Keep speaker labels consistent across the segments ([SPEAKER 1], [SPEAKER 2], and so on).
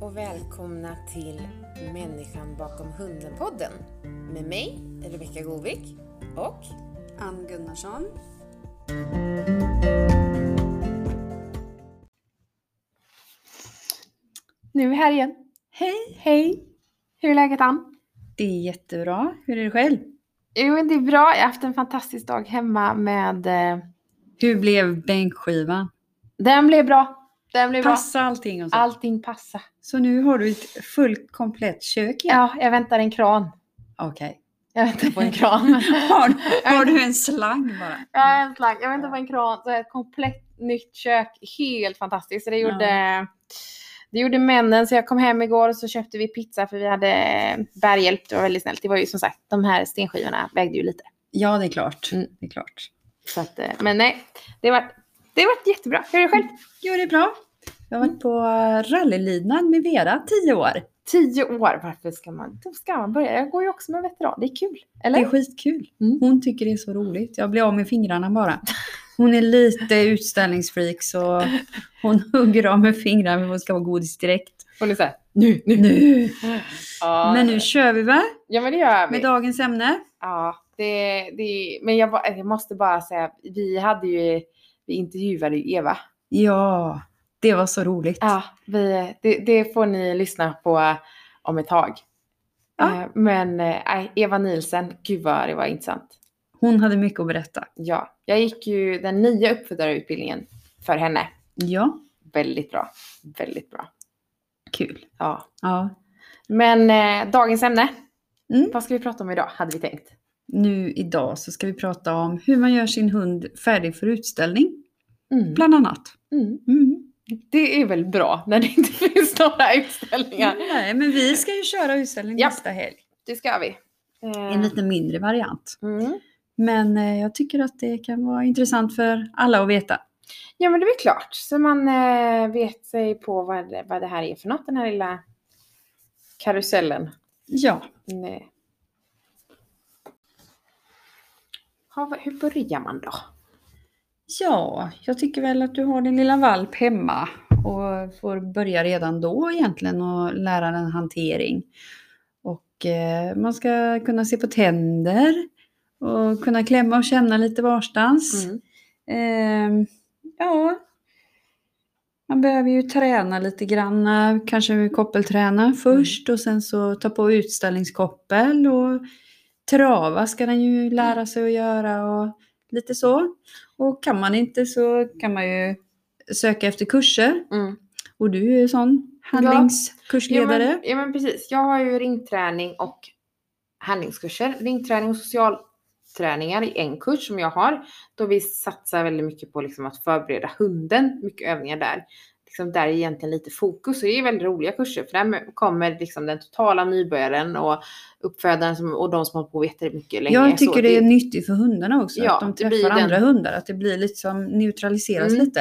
[SPEAKER 1] och välkomna till Människan bakom hunden-podden med mig, Rebecka Govik och
[SPEAKER 2] Ann Gunnarsson.
[SPEAKER 3] Nu är vi här igen.
[SPEAKER 2] Hej!
[SPEAKER 3] Hej! Hur är läget Ann?
[SPEAKER 2] Det är jättebra. Hur är det själv?
[SPEAKER 3] Jo, men det är bra. Jag har haft en fantastisk dag hemma med... eh,
[SPEAKER 2] Hur blev bänkskivan?
[SPEAKER 3] Den blev bra. Den blev
[SPEAKER 2] Passa allting och så.
[SPEAKER 3] bra. Allting passa.
[SPEAKER 2] Så nu har du ett fullt komplett kök igen?
[SPEAKER 3] Ja, jag väntar en kran.
[SPEAKER 2] Okej.
[SPEAKER 3] Jag väntar på en kran.
[SPEAKER 2] Har, har du en slang bara?
[SPEAKER 3] jag har en slang. Jag väntar på en kran. Så ett komplett nytt kök. Helt fantastiskt. Så Det gjorde, det gjorde männen. Så jag kom hem igår och så köpte vi pizza för vi hade bärhjälp. Det var väldigt snällt. Det var ju som sagt, de här stenskivorna vägde ju lite.
[SPEAKER 2] Ja, det är klart.
[SPEAKER 3] Mm.
[SPEAKER 2] Det är klart.
[SPEAKER 3] Så att, eh, men nej, det var, det var jättebra. Hur är det själv?
[SPEAKER 2] Jo, det är bra. Jag
[SPEAKER 3] Mm.
[SPEAKER 2] har varit på rallylydnad med Vera, tio år.
[SPEAKER 3] Tio år, varför ska man, då ska man börja? Jag går ju också med veteran, det är kul. Eller?
[SPEAKER 2] Det är skitkul.
[SPEAKER 3] Mm.
[SPEAKER 2] Hon tycker det är så roligt. Jag blir av med fingrarna bara. Hon är lite utställningsfreak så hon hugger av med fingrarna men hon ska vara godis direkt.
[SPEAKER 3] Hon är såhär,
[SPEAKER 2] Nu, nu, nu.
[SPEAKER 3] ja,
[SPEAKER 2] Men nu kör vi va?
[SPEAKER 3] Ja men det gör vi.
[SPEAKER 2] Med dagens ämne.
[SPEAKER 3] Ja, det, det, men jag, bara- jag måste bara säga, vi hade ju, vi intervjuade ju Eva.
[SPEAKER 2] Ja, det var så roligt.
[SPEAKER 3] Ja, vi, det, det får ni lyssna på om ett tag.
[SPEAKER 2] Ja.
[SPEAKER 3] Eh, Men eh, Eva Nielsen, gud vad det var intressant.
[SPEAKER 2] Hon hade mycket att berätta.
[SPEAKER 3] Ja, jag gick ju den nya uppfödarutbildningen för henne.
[SPEAKER 2] Ja,
[SPEAKER 3] Väldigt bra, väldigt bra.
[SPEAKER 2] kul.
[SPEAKER 3] Ja.
[SPEAKER 2] Ja,
[SPEAKER 3] Men eh, dagens ämne.
[SPEAKER 2] Mm.
[SPEAKER 3] Vad ska vi prata om idag hade vi tänkt.
[SPEAKER 2] nu idag så ska vi prata om hur man gör sin hund färdig för utställning,
[SPEAKER 3] Mm.
[SPEAKER 2] bland annat.
[SPEAKER 3] Mm.
[SPEAKER 2] Mm.
[SPEAKER 3] Det är väl bra när det inte finns några utställningar.
[SPEAKER 2] Nej, men vi ska ju köra utställning
[SPEAKER 3] Japp.
[SPEAKER 2] nästa helg.
[SPEAKER 3] Det ska vi. Eh,
[SPEAKER 2] En lite mindre variant.
[SPEAKER 3] mm.
[SPEAKER 2] Men eh, jag tycker att det kan vara intressant för alla att veta.
[SPEAKER 3] Ja men det är klart. Så man eh, vet sig på vad, det- vad det här är för något. Den här lilla karusellen. Mm, eh.
[SPEAKER 2] Ja,
[SPEAKER 3] Nej. Ja, vad- hur börjar man då?
[SPEAKER 2] ja jag tycker väl att du har din lilla valp hemma och får börja redan då egentligen och lära den hantering. Och eh, man ska kunna se på tänder och kunna klämma och känna lite varstans.
[SPEAKER 3] Mm.
[SPEAKER 2] Ehm, ja, man behöver ju träna lite grann, kanske koppelträna först och sen så ta på utställningskoppel och trava ska den ju lära sig att göra och lite så. Och kan man inte så kan man ju söka efter kurser
[SPEAKER 3] Mm.
[SPEAKER 2] och du är ju sån
[SPEAKER 3] Ja,
[SPEAKER 2] handlingskursledare.
[SPEAKER 3] men, ja men precis. Jag har ju ringträning och handlingskurser. Ringträning och socialträningar i en kurs som jag har. Då vi satsar väldigt mycket på liksom att förbereda hunden. Mycket övningar där. Liksom där är egentligen lite fokus. Och det är väldigt roliga kurser. För där kommer liksom den totala nybörjaren och uppfödaren som, och de som har hållit på jättemycket länge.
[SPEAKER 2] Jag
[SPEAKER 3] Så
[SPEAKER 2] tycker det är nyttigt för hundarna också,
[SPEAKER 3] Ja,
[SPEAKER 2] att de
[SPEAKER 3] det blir
[SPEAKER 2] träffar
[SPEAKER 3] den-
[SPEAKER 2] andra hundar, att det blir liksom neutraliseras
[SPEAKER 3] Mm.
[SPEAKER 2] lite.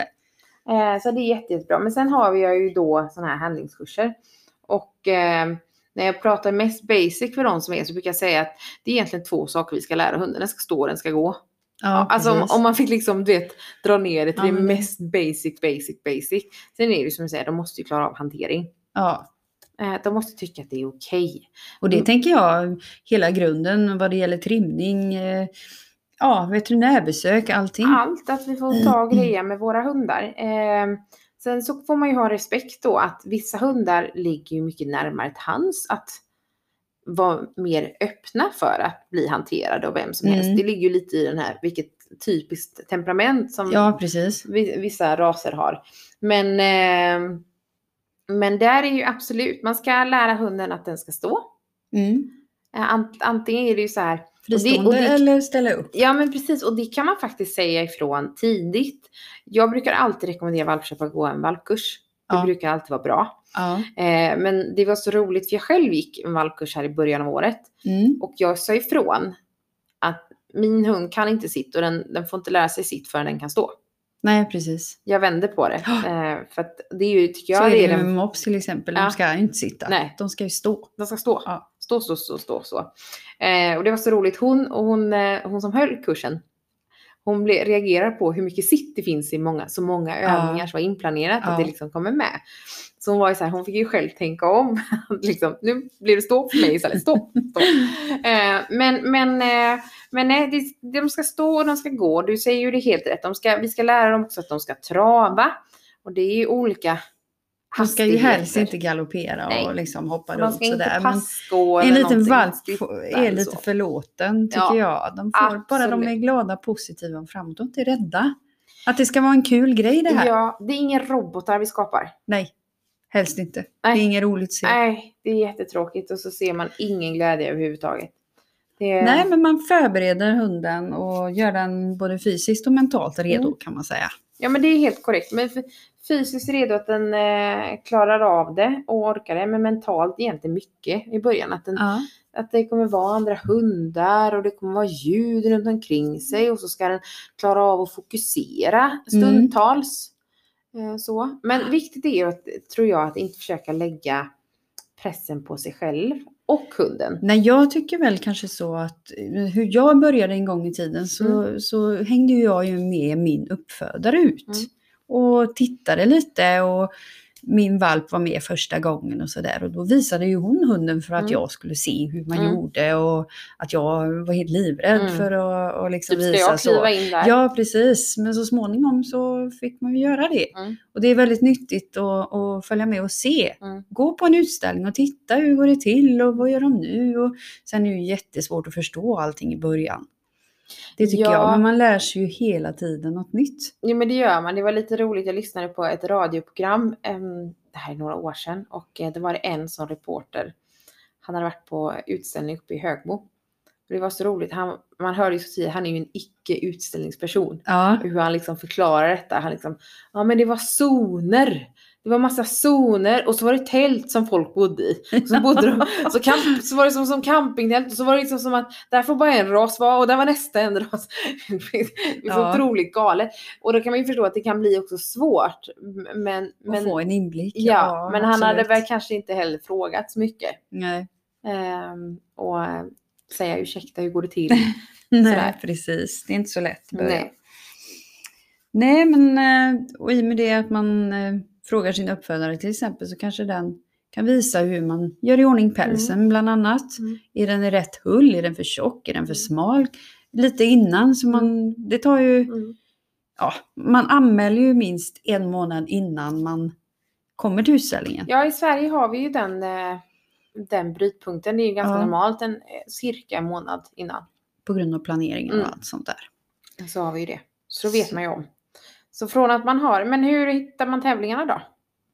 [SPEAKER 3] Eh, så det är jätte, jättebra. Men sen har vi ju då sådana här handlingskurser. Och eh, när jag pratar mest basic för de som är så brukar jag säga att det är egentligen två saker vi ska lära hunden. Den ska stå och den ska gå.
[SPEAKER 2] Ja,
[SPEAKER 3] alltså om,
[SPEAKER 2] precis.
[SPEAKER 3] om man fick liksom du vet, dra ner det till
[SPEAKER 2] Ja,
[SPEAKER 3] det
[SPEAKER 2] men det-
[SPEAKER 3] mest basic, basic, basic. Sen är det ju som jag säger, de måste ju klara av hantering.
[SPEAKER 2] ja,
[SPEAKER 3] Eh, de måste tycka att det är okej.
[SPEAKER 2] Och det
[SPEAKER 3] Mm.
[SPEAKER 2] tänker jag, hela grunden vad det gäller trimning, eh, ja, veterinärbesök, allting.
[SPEAKER 3] Allt, att vi får ta grejer med våra hundar. Eh, sen så får man ju ha respekt då att vissa hundar ligger ju mycket närmare till hands att vara mer öppna för att bli hanterade av vem som helst.
[SPEAKER 2] Mm.
[SPEAKER 3] Det ligger ju lite i den här, vilket typiskt temperament som
[SPEAKER 2] Ja, precis.
[SPEAKER 3] vi- vissa raser har. Men, eh, men där är ju absolut, man ska lära hunden att den ska stå.
[SPEAKER 2] Mm.
[SPEAKER 3] Eh, ant- Antingen är det ju så här,
[SPEAKER 2] Fristående
[SPEAKER 3] och det-
[SPEAKER 2] eller ställa upp.
[SPEAKER 3] Ja men precis och det kan man faktiskt säga ifrån tidigt. Jag brukar alltid rekommendera valpköpare att gå en valpkurs. Det
[SPEAKER 2] Ja.
[SPEAKER 3] brukar alltid vara bra.
[SPEAKER 2] Ja.
[SPEAKER 3] Eh, men det var så roligt för jag själv gick en valpkurs här i början av året
[SPEAKER 2] Mm.
[SPEAKER 3] och jag sa ifrån att min hund kan inte sitt och den, den får inte lära sig sitt förrän den kan stå.
[SPEAKER 2] Nej, precis.
[SPEAKER 3] Jag vände på det.
[SPEAKER 2] Ja.
[SPEAKER 3] Eh, för att det är ju, tycker
[SPEAKER 2] Så
[SPEAKER 3] jag,
[SPEAKER 2] är
[SPEAKER 3] det är
[SPEAKER 2] det ju
[SPEAKER 3] den
[SPEAKER 2] med mops till exempel,
[SPEAKER 3] Ja.
[SPEAKER 2] de ska ju inte sitta.
[SPEAKER 3] Nej.
[SPEAKER 2] De ska ju stå.
[SPEAKER 3] De ska stå.
[SPEAKER 2] Ja.
[SPEAKER 3] Stå, stå, stå, stå, stå. Eh, och det var så roligt. Hon, och hon, eh, hon som höll kursen, hon blir, reagerar på hur mycket sitt det finns i många, så många övningar som var inplanerat
[SPEAKER 2] Ja.
[SPEAKER 3] att det liksom kommer med. Så hon var ju så här, hon fick ju själv tänka om. Att liksom, nu blir det stopp för mig istället. Stopp, stopp. Eh, men men, eh, men nej, det, det- de ska stå och de ska gå. Du säger ju det helt rätt. De ska, vi ska lära dem också att de ska trava. Och det är ju olika
[SPEAKER 2] De ska ju helst
[SPEAKER 3] hastigheter.
[SPEAKER 2] inte galoppera
[SPEAKER 3] Nej.
[SPEAKER 2] och liksom hoppa
[SPEAKER 3] Och De
[SPEAKER 2] runt
[SPEAKER 3] ska inte
[SPEAKER 2] sådär. Men
[SPEAKER 3] passgå
[SPEAKER 2] en
[SPEAKER 3] eller
[SPEAKER 2] liten
[SPEAKER 3] någonting.
[SPEAKER 2] valp
[SPEAKER 3] Sitta
[SPEAKER 2] får-
[SPEAKER 3] eller
[SPEAKER 2] är lite
[SPEAKER 3] så.
[SPEAKER 2] förlåten tycker
[SPEAKER 3] Ja,
[SPEAKER 2] jag. De får, bara de är
[SPEAKER 3] absolut.
[SPEAKER 2] glada, positiva och framåt. De är inte rädda. Att det ska vara en kul grej det här.
[SPEAKER 3] Ja, det är inga robotar vi skapar.
[SPEAKER 2] Nej, helst inte. Det
[SPEAKER 3] Nej.
[SPEAKER 2] är inget roligt att se. Nej.
[SPEAKER 3] Nej, det är jättetråkigt och så ser man ingen glädje överhuvudtaget. Det,
[SPEAKER 2] men man förbereder hunden och gör den både fysiskt och mentalt redo
[SPEAKER 3] Mm.
[SPEAKER 2] kan man säga.
[SPEAKER 3] Ja, men det är helt korrekt. Men f- fysiskt redo att den eh, klarar av det och orkar det, men mentalt egentligen mycket i början. Att, den,
[SPEAKER 2] Ja.
[SPEAKER 3] att det kommer vara andra hundar och det kommer vara ljud runt omkring sig och så ska den klara av att
[SPEAKER 2] Mm.
[SPEAKER 3] fokusera stundtals. Eh, så. Men viktigt är ju, att, tror jag, att inte försöka lägga pressen på sig själv och hunden.
[SPEAKER 2] Nej, jag tycker väl kanske så att eh, hur jag började en gång i tiden så, så hängde ju jag ju med min uppfödare ut
[SPEAKER 3] Mm.
[SPEAKER 2] och tittade lite och min valp var med första gången och sådär och då visade ju hon hunden för att
[SPEAKER 3] Mm.
[SPEAKER 2] jag skulle se hur man
[SPEAKER 3] Mm.
[SPEAKER 2] gjorde och att jag var helt livrädd
[SPEAKER 3] Mm.
[SPEAKER 2] för att och liksom
[SPEAKER 3] Typ, ska
[SPEAKER 2] visa
[SPEAKER 3] jag
[SPEAKER 2] så.
[SPEAKER 3] kliva in där?
[SPEAKER 2] Ja, precis. Men så småningom så fick man ju göra det.
[SPEAKER 3] Mm.
[SPEAKER 2] Och det är väldigt nyttigt att, att följa med och se.
[SPEAKER 3] Mm.
[SPEAKER 2] Gå på en utställning och titta hur går det till och vad gör de nu? Och sen är det ju jättesvårt att förstå allting i början. Det tycker
[SPEAKER 3] Ja.
[SPEAKER 2] jag, men man lär sig ju hela tiden något nytt.
[SPEAKER 3] Jo men det gör man. Det var lite roligt. Jag lyssnade på ett radioprogram. ehm, Det här är några år sedan. Och eh, det var det en som reporter. Han hade varit på utställning uppe i Högmo. Och Det var så roligt. Han, man hör ju så tydligt. Han är ju en icke utställningsperson.
[SPEAKER 2] Ja,
[SPEAKER 3] Hur han liksom förklarar detta. Han liksom. Ja men det var zoner. Det var massa zoner och så var det tält som folk bodde i. Och Så, bodde de, så, kamp, så var det som, som campingtält och så var det liksom som att där får bara en ras vara och där var nästa en ras. Det är så
[SPEAKER 2] Ja.
[SPEAKER 3] otroligt galet. Och då kan man ju förstå att det kan bli också svårt. M- Men,
[SPEAKER 2] men,
[SPEAKER 3] men,
[SPEAKER 2] få en inblick.
[SPEAKER 3] ja, men han hade
[SPEAKER 2] absolut.
[SPEAKER 3] väl kanske inte heller frågat så mycket.
[SPEAKER 2] Nej,
[SPEAKER 3] Ehm, och eh, säga ursäkta, hur går det till?
[SPEAKER 2] nej
[SPEAKER 3] Sådär.
[SPEAKER 2] precis. Det är inte så lätt i början.
[SPEAKER 3] Nej.
[SPEAKER 2] Nej, men eh, och i och med det att man eh, frågar sin uppfödare till exempel så kanske den kan visa hur man gör i ordning pälsen bland annat.
[SPEAKER 3] Mm.
[SPEAKER 2] Är den i rätt hull? Är den för tjock? Är den för smal? Lite innan så man, det tar ju,
[SPEAKER 3] Mm.
[SPEAKER 2] ja, man anmäler ju minst en månad innan man kommer till utställningen.
[SPEAKER 3] Ja, i Sverige har vi ju den, eh, den brytpunkten. Det är ju ganska
[SPEAKER 2] Ja.
[SPEAKER 3] normalt en, eh, cirka en månad innan.
[SPEAKER 2] På grund av planeringen
[SPEAKER 3] Mm.
[SPEAKER 2] och allt sånt där.
[SPEAKER 3] Så har vi ju det. Så då vet man ju om. Så från att man har, men hur hittar man tävlingarna då?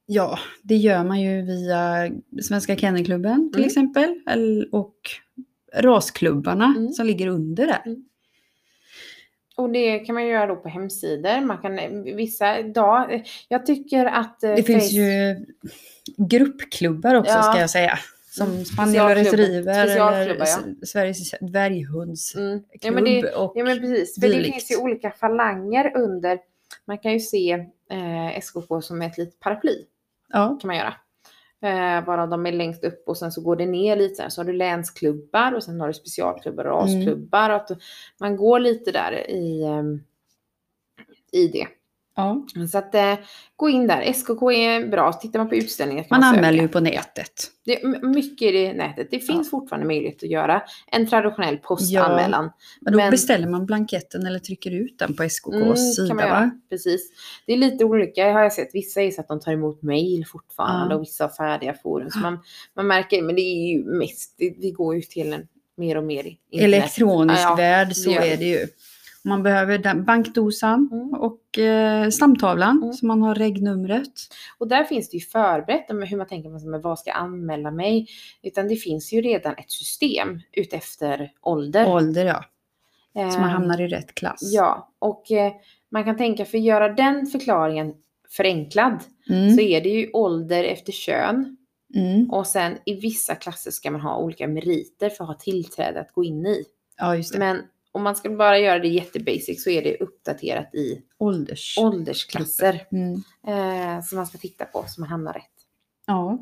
[SPEAKER 2] Ja, det gör man ju via Svenska Kennelklubben till
[SPEAKER 3] Mm.
[SPEAKER 2] exempel. el- Och rasklubbarna
[SPEAKER 3] Mm.
[SPEAKER 2] som ligger under där.
[SPEAKER 3] Och det kan man ju göra då på hemsidor. Man kan eh, vissa dagar. Jag tycker att... eh,
[SPEAKER 2] Det finns
[SPEAKER 3] Face-
[SPEAKER 2] ju gruppklubbar också
[SPEAKER 3] Ja.
[SPEAKER 2] ska jag säga.
[SPEAKER 3] Mm.
[SPEAKER 2] Som Spaniel och
[SPEAKER 3] Specialklubbar.
[SPEAKER 2] Retriever eller
[SPEAKER 3] Specialklubbar, ja.
[SPEAKER 2] S- Sveriges dvärghundsklubb.
[SPEAKER 3] Mm. Ja, men det,
[SPEAKER 2] och
[SPEAKER 3] ja men precis. För det
[SPEAKER 2] dylikt.
[SPEAKER 3] finns ju olika falanger under. Man kan ju se eh, SKK som ett litet paraply.
[SPEAKER 2] ja.
[SPEAKER 3] kan man göra. Eh, bara de är längst upp och sen så går det ner lite. Sen så har du länsklubbar och sen har du specialklubbar och
[SPEAKER 2] Mm.
[SPEAKER 3] rasklubbar. Och att du- man går lite där i, ehm, i det.
[SPEAKER 2] ja.
[SPEAKER 3] Så att eh, gå in där. SKK är bra. Tittar man på utställningar kan
[SPEAKER 2] Man
[SPEAKER 3] man,
[SPEAKER 2] anmäler ju
[SPEAKER 3] söka.
[SPEAKER 2] på nätet.
[SPEAKER 3] Det är m- mycket i det nätet. Det finns fortfarande möjlighet att göra en traditionell postanmälan.
[SPEAKER 2] Men då
[SPEAKER 3] Men-
[SPEAKER 2] beställer man blanketten eller trycker ut den på SKKs
[SPEAKER 3] Mm, kan
[SPEAKER 2] sida.
[SPEAKER 3] man göra.
[SPEAKER 2] Va?
[SPEAKER 3] Precis. Det är lite olika har jag sett. Vissa är så att de tar emot mejl fortfarande
[SPEAKER 2] Ja.
[SPEAKER 3] och vissa har färdiga forum. Så man, man märker, men det är ju mest, det, vi går ju till en mer och mer internet.
[SPEAKER 2] Elektronisk
[SPEAKER 3] Ja, ja,
[SPEAKER 2] värld, så
[SPEAKER 3] det gör
[SPEAKER 2] är det ju. Man behöver den, bankdosan
[SPEAKER 3] Mm.
[SPEAKER 2] och eh, stamtavlan
[SPEAKER 3] Mm.
[SPEAKER 2] så man har regnumret.
[SPEAKER 3] Och där finns det ju förberett om hur man tänker, men så, men vad ska jag anmäla mig? Utan det finns ju redan ett system utefter ålder.
[SPEAKER 2] Ålder ja, så man
[SPEAKER 3] Ehm,
[SPEAKER 2] hamnar i rätt klass.
[SPEAKER 3] Eh. Ja, och eh, man kan tänka för att göra den förklaringen förenklad
[SPEAKER 2] Mm.
[SPEAKER 3] så är det ju ålder efter kön.
[SPEAKER 2] Mm.
[SPEAKER 3] Och sen i vissa klasser ska man ha olika meriter för att ha tillträde att gå in i.
[SPEAKER 2] Ja, just det.
[SPEAKER 3] Men om man ska bara göra det jättebasic så är det uppdaterat i
[SPEAKER 2] Ålders.
[SPEAKER 3] åldersklasser
[SPEAKER 2] Mm.
[SPEAKER 3] eh, som man ska titta på så man hamnar rätt.
[SPEAKER 2] Ja.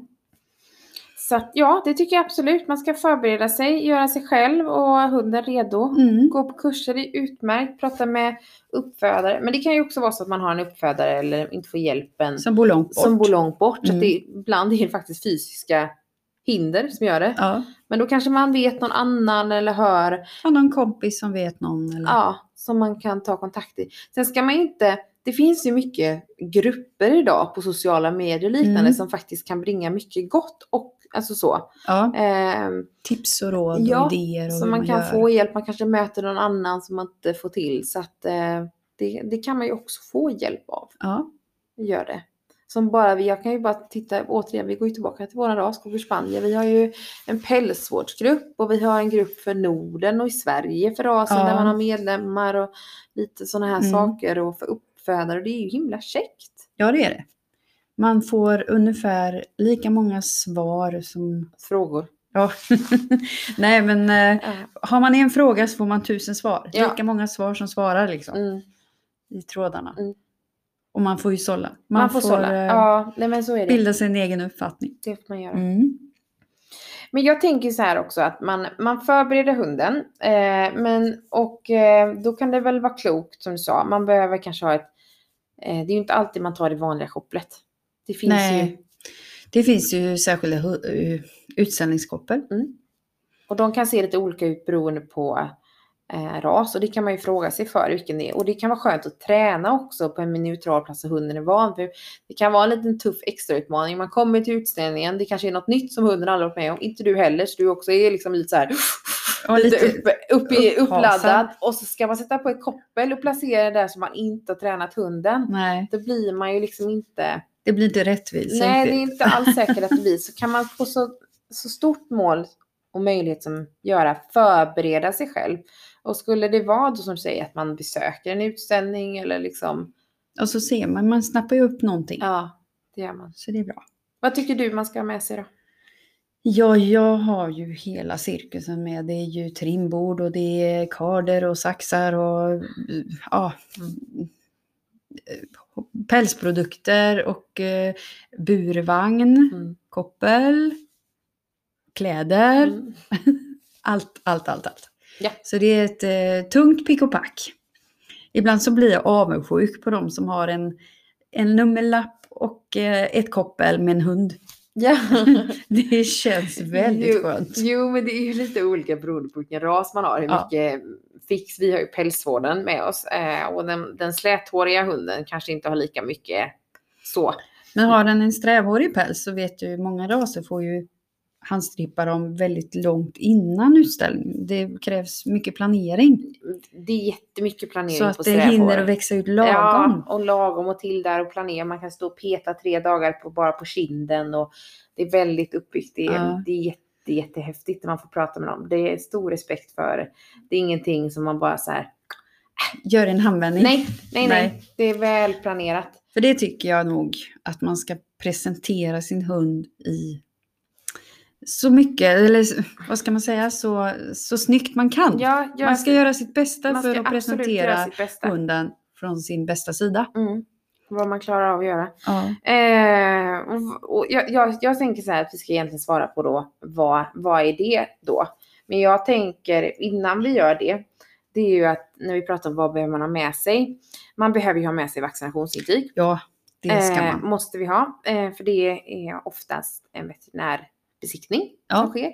[SPEAKER 3] Så att, ja, det tycker jag absolut. Man ska förbereda sig, göra sig själv och hunden redo.
[SPEAKER 2] Mm.
[SPEAKER 3] Gå på kurser är utmärkt, prata med uppfödare. Men det kan ju också vara så att man har en uppfödare eller inte får hjälpen
[SPEAKER 2] Som bor långt bort.
[SPEAKER 3] som bor långt bort. Så
[SPEAKER 2] Mm.
[SPEAKER 3] att det, ibland är det faktiskt fysiska hinder som gör det.
[SPEAKER 2] Ja.
[SPEAKER 3] Men då kanske man vet någon annan eller hör
[SPEAKER 2] Har någon kompis som vet någon eller?
[SPEAKER 3] Ja, som man kan ta kontakt i. Sen ska man inte, det finns ju mycket grupper idag på sociala medier och liknande
[SPEAKER 2] Mm.
[SPEAKER 3] som faktiskt kan bringa mycket gott och alltså så.
[SPEAKER 2] Ja,
[SPEAKER 3] Ehm,
[SPEAKER 2] Tips och råd och
[SPEAKER 3] Ja,
[SPEAKER 2] idéer och
[SPEAKER 3] så
[SPEAKER 2] hur
[SPEAKER 3] man kan
[SPEAKER 2] gör.
[SPEAKER 3] få hjälp, man kanske möter någon annan som man inte får till så att eh, det, det kan man ju också få hjälp av.
[SPEAKER 2] Ja.
[SPEAKER 3] Gör det. Som bara vi, jag kan ju bara titta återigen, vi går ju tillbaka till våran ras, Skog och Spanien. Vi har ju en pälsvårdsgrupp och vi har en grupp för Norden och i Sverige för rasen
[SPEAKER 2] Ja.
[SPEAKER 3] där man har medlemmar och lite sådana här
[SPEAKER 2] Mm.
[SPEAKER 3] saker och för uppfödare och det är ju himla käckt.
[SPEAKER 2] ja, det är det. Man får ungefär lika många svar som...
[SPEAKER 3] Frågor.
[SPEAKER 2] Ja. Nej, men eh,
[SPEAKER 3] Ja.
[SPEAKER 2] har man en fråga så får man tusen svar.
[SPEAKER 3] Ja.
[SPEAKER 2] Lika många svar som svarar liksom
[SPEAKER 3] Mm. Man,
[SPEAKER 2] i trådarna.
[SPEAKER 3] Mm.
[SPEAKER 2] Och man får ju sålla. Man,
[SPEAKER 3] får,
[SPEAKER 2] får,
[SPEAKER 3] sålla.
[SPEAKER 2] eh,
[SPEAKER 3] Ja, nej men så är det.
[SPEAKER 2] bilda sin egen uppfattning.
[SPEAKER 3] Det får man göra.
[SPEAKER 2] Mm.
[SPEAKER 3] Men jag tänker så här också att man, man förbereder hunden. Eh, men, och eh, då kan det väl vara klokt som du sa. Man behöver kanske ha ett... Eh, det är ju inte alltid man tar det vanliga shopplet. Det finns ju.
[SPEAKER 2] Nej. Det finns ju särskilda hu- eh, utställningskoppel.
[SPEAKER 3] Mm. Och de kan se lite olika ut beroende på eh, ras. Och det kan man ju fråga sig för vilken det är. Och det kan vara skönt att träna också på en neutral plats där hunden är van. För det kan vara en liten tuff extra utmaning. Man kommer till utställningen. Det kanske är något nytt som hunden aldrig varit med om. Inte du heller. Så du också är liksom lite så här.
[SPEAKER 2] Och
[SPEAKER 3] lite
[SPEAKER 2] lite,
[SPEAKER 3] upp, upp i,
[SPEAKER 2] upphasad.
[SPEAKER 3] uppladdad och så ska man sätta på ett koppel och placera det där som man inte har tränat hunden.
[SPEAKER 2] nej,
[SPEAKER 3] Då blir man ju liksom inte...
[SPEAKER 2] det blir inte rättvist.
[SPEAKER 3] nej, det
[SPEAKER 2] riktigt.
[SPEAKER 3] är inte alls säkert att det blir. Så kan man på så, så stort mål och möjlighet som göra förbereda sig själv. Och skulle det vara då som du säger att man besöker en utställning eller liksom...
[SPEAKER 2] Och så ser man, man snappar ju upp någonting.
[SPEAKER 3] Ja, det gör man.
[SPEAKER 2] Så det är bra.
[SPEAKER 3] Vad tycker du man ska ha med sig då?
[SPEAKER 2] Ja, jag har ju hela cirkusen med. Det är ju trimbord och det är karder och saxar och ja, pälsprodukter och eh, burvagn,
[SPEAKER 3] Mm.
[SPEAKER 2] koppel, kläder,
[SPEAKER 3] Mm.
[SPEAKER 2] allt, allt, allt, allt.
[SPEAKER 3] Ja.
[SPEAKER 2] Så det är ett eh, tungt pick och pack. Ibland så blir jag avundsjuk på de som har en, en nummerlapp och eh, ett koppel med en hund.
[SPEAKER 3] Ja.
[SPEAKER 2] Det känns väldigt
[SPEAKER 3] Jo,
[SPEAKER 2] skönt.
[SPEAKER 3] Jo, men det är ju lite olika beroende på vilken ras man har. Hur
[SPEAKER 2] Ja.
[SPEAKER 3] mycket fix. Vi har ju pälsvården med oss eh, och den, den släthåriga hunden kanske inte har lika mycket så.
[SPEAKER 2] Men har den en strävhårig päls så vet du många raser får ju handstrippa dem väldigt långt innan utställning. Det krävs mycket planering
[SPEAKER 3] Det är jättemycket planering
[SPEAKER 2] så att
[SPEAKER 3] på
[SPEAKER 2] det
[SPEAKER 3] strävhår.
[SPEAKER 2] hinner att växa ut lagom.
[SPEAKER 3] Ja, och lagom och till där och planera. Man kan stå och peta tre dagar på, bara på kinden och det är väldigt uppbyggt. Det är,
[SPEAKER 2] Ja.
[SPEAKER 3] det är jätte, jättehäftigt när man får prata med dem. Det är stor respekt för det. Det är ingenting som man bara så här.
[SPEAKER 2] Gör en handvändning.
[SPEAKER 3] Nej, nej, nej,
[SPEAKER 2] Nej.
[SPEAKER 3] Det är väl planerat.
[SPEAKER 2] För det tycker jag nog att man ska presentera sin hund i så mycket, eller s- vad ska man säga, så, så snyggt man kan.
[SPEAKER 3] Ja, gör
[SPEAKER 2] man ska göra sitt bästa
[SPEAKER 3] Man
[SPEAKER 2] för
[SPEAKER 3] ska
[SPEAKER 2] att
[SPEAKER 3] absolut göra
[SPEAKER 2] presentera
[SPEAKER 3] sitt bästa.
[SPEAKER 2] hunden från sin bästa sida.
[SPEAKER 3] Mm. Vad man klarar av att göra.
[SPEAKER 2] Ja.
[SPEAKER 3] Eh, och, och jag, jag, jag tänker så här att vi ska egentligen svara på då vad, vad är det då? Men jag tänker innan vi gör det, det är ju att när vi pratar om vad behöver man ha med sig? Man behöver ju ha med sig vaccinationsintyg.
[SPEAKER 2] ja, det ska
[SPEAKER 3] Eh,
[SPEAKER 2] man.
[SPEAKER 3] måste vi ha, eh, för det är oftast en veterinärbesiktning
[SPEAKER 2] Ja.
[SPEAKER 3] som sker.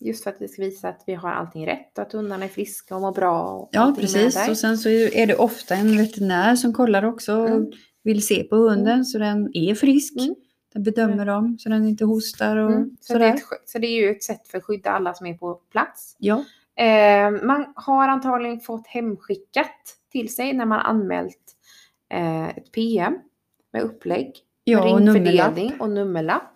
[SPEAKER 3] Just för att vi ska visa att vi har allting rätt och att hundarna är friska och mår bra. Och
[SPEAKER 2] Ja,
[SPEAKER 3] allting med
[SPEAKER 2] precis.
[SPEAKER 3] där.
[SPEAKER 2] Och sen så är är det ofta en veterinär som kollar också
[SPEAKER 3] Mm.
[SPEAKER 2] och vill se på hunden så den är frisk.
[SPEAKER 3] Mm.
[SPEAKER 2] Den bedömer dem så den inte hostar och
[SPEAKER 3] Mm, så, det är
[SPEAKER 2] sådär.
[SPEAKER 3] ett, skydd- så det är ju ett sätt för att skydda alla som är på plats.
[SPEAKER 2] Ja,
[SPEAKER 3] Eh, man har antagligen fått hemskickat till sig när man anmält eh, ett PM med upplägg, med
[SPEAKER 2] ja och nummerlapp.
[SPEAKER 3] ringfördelning och nummerlapp.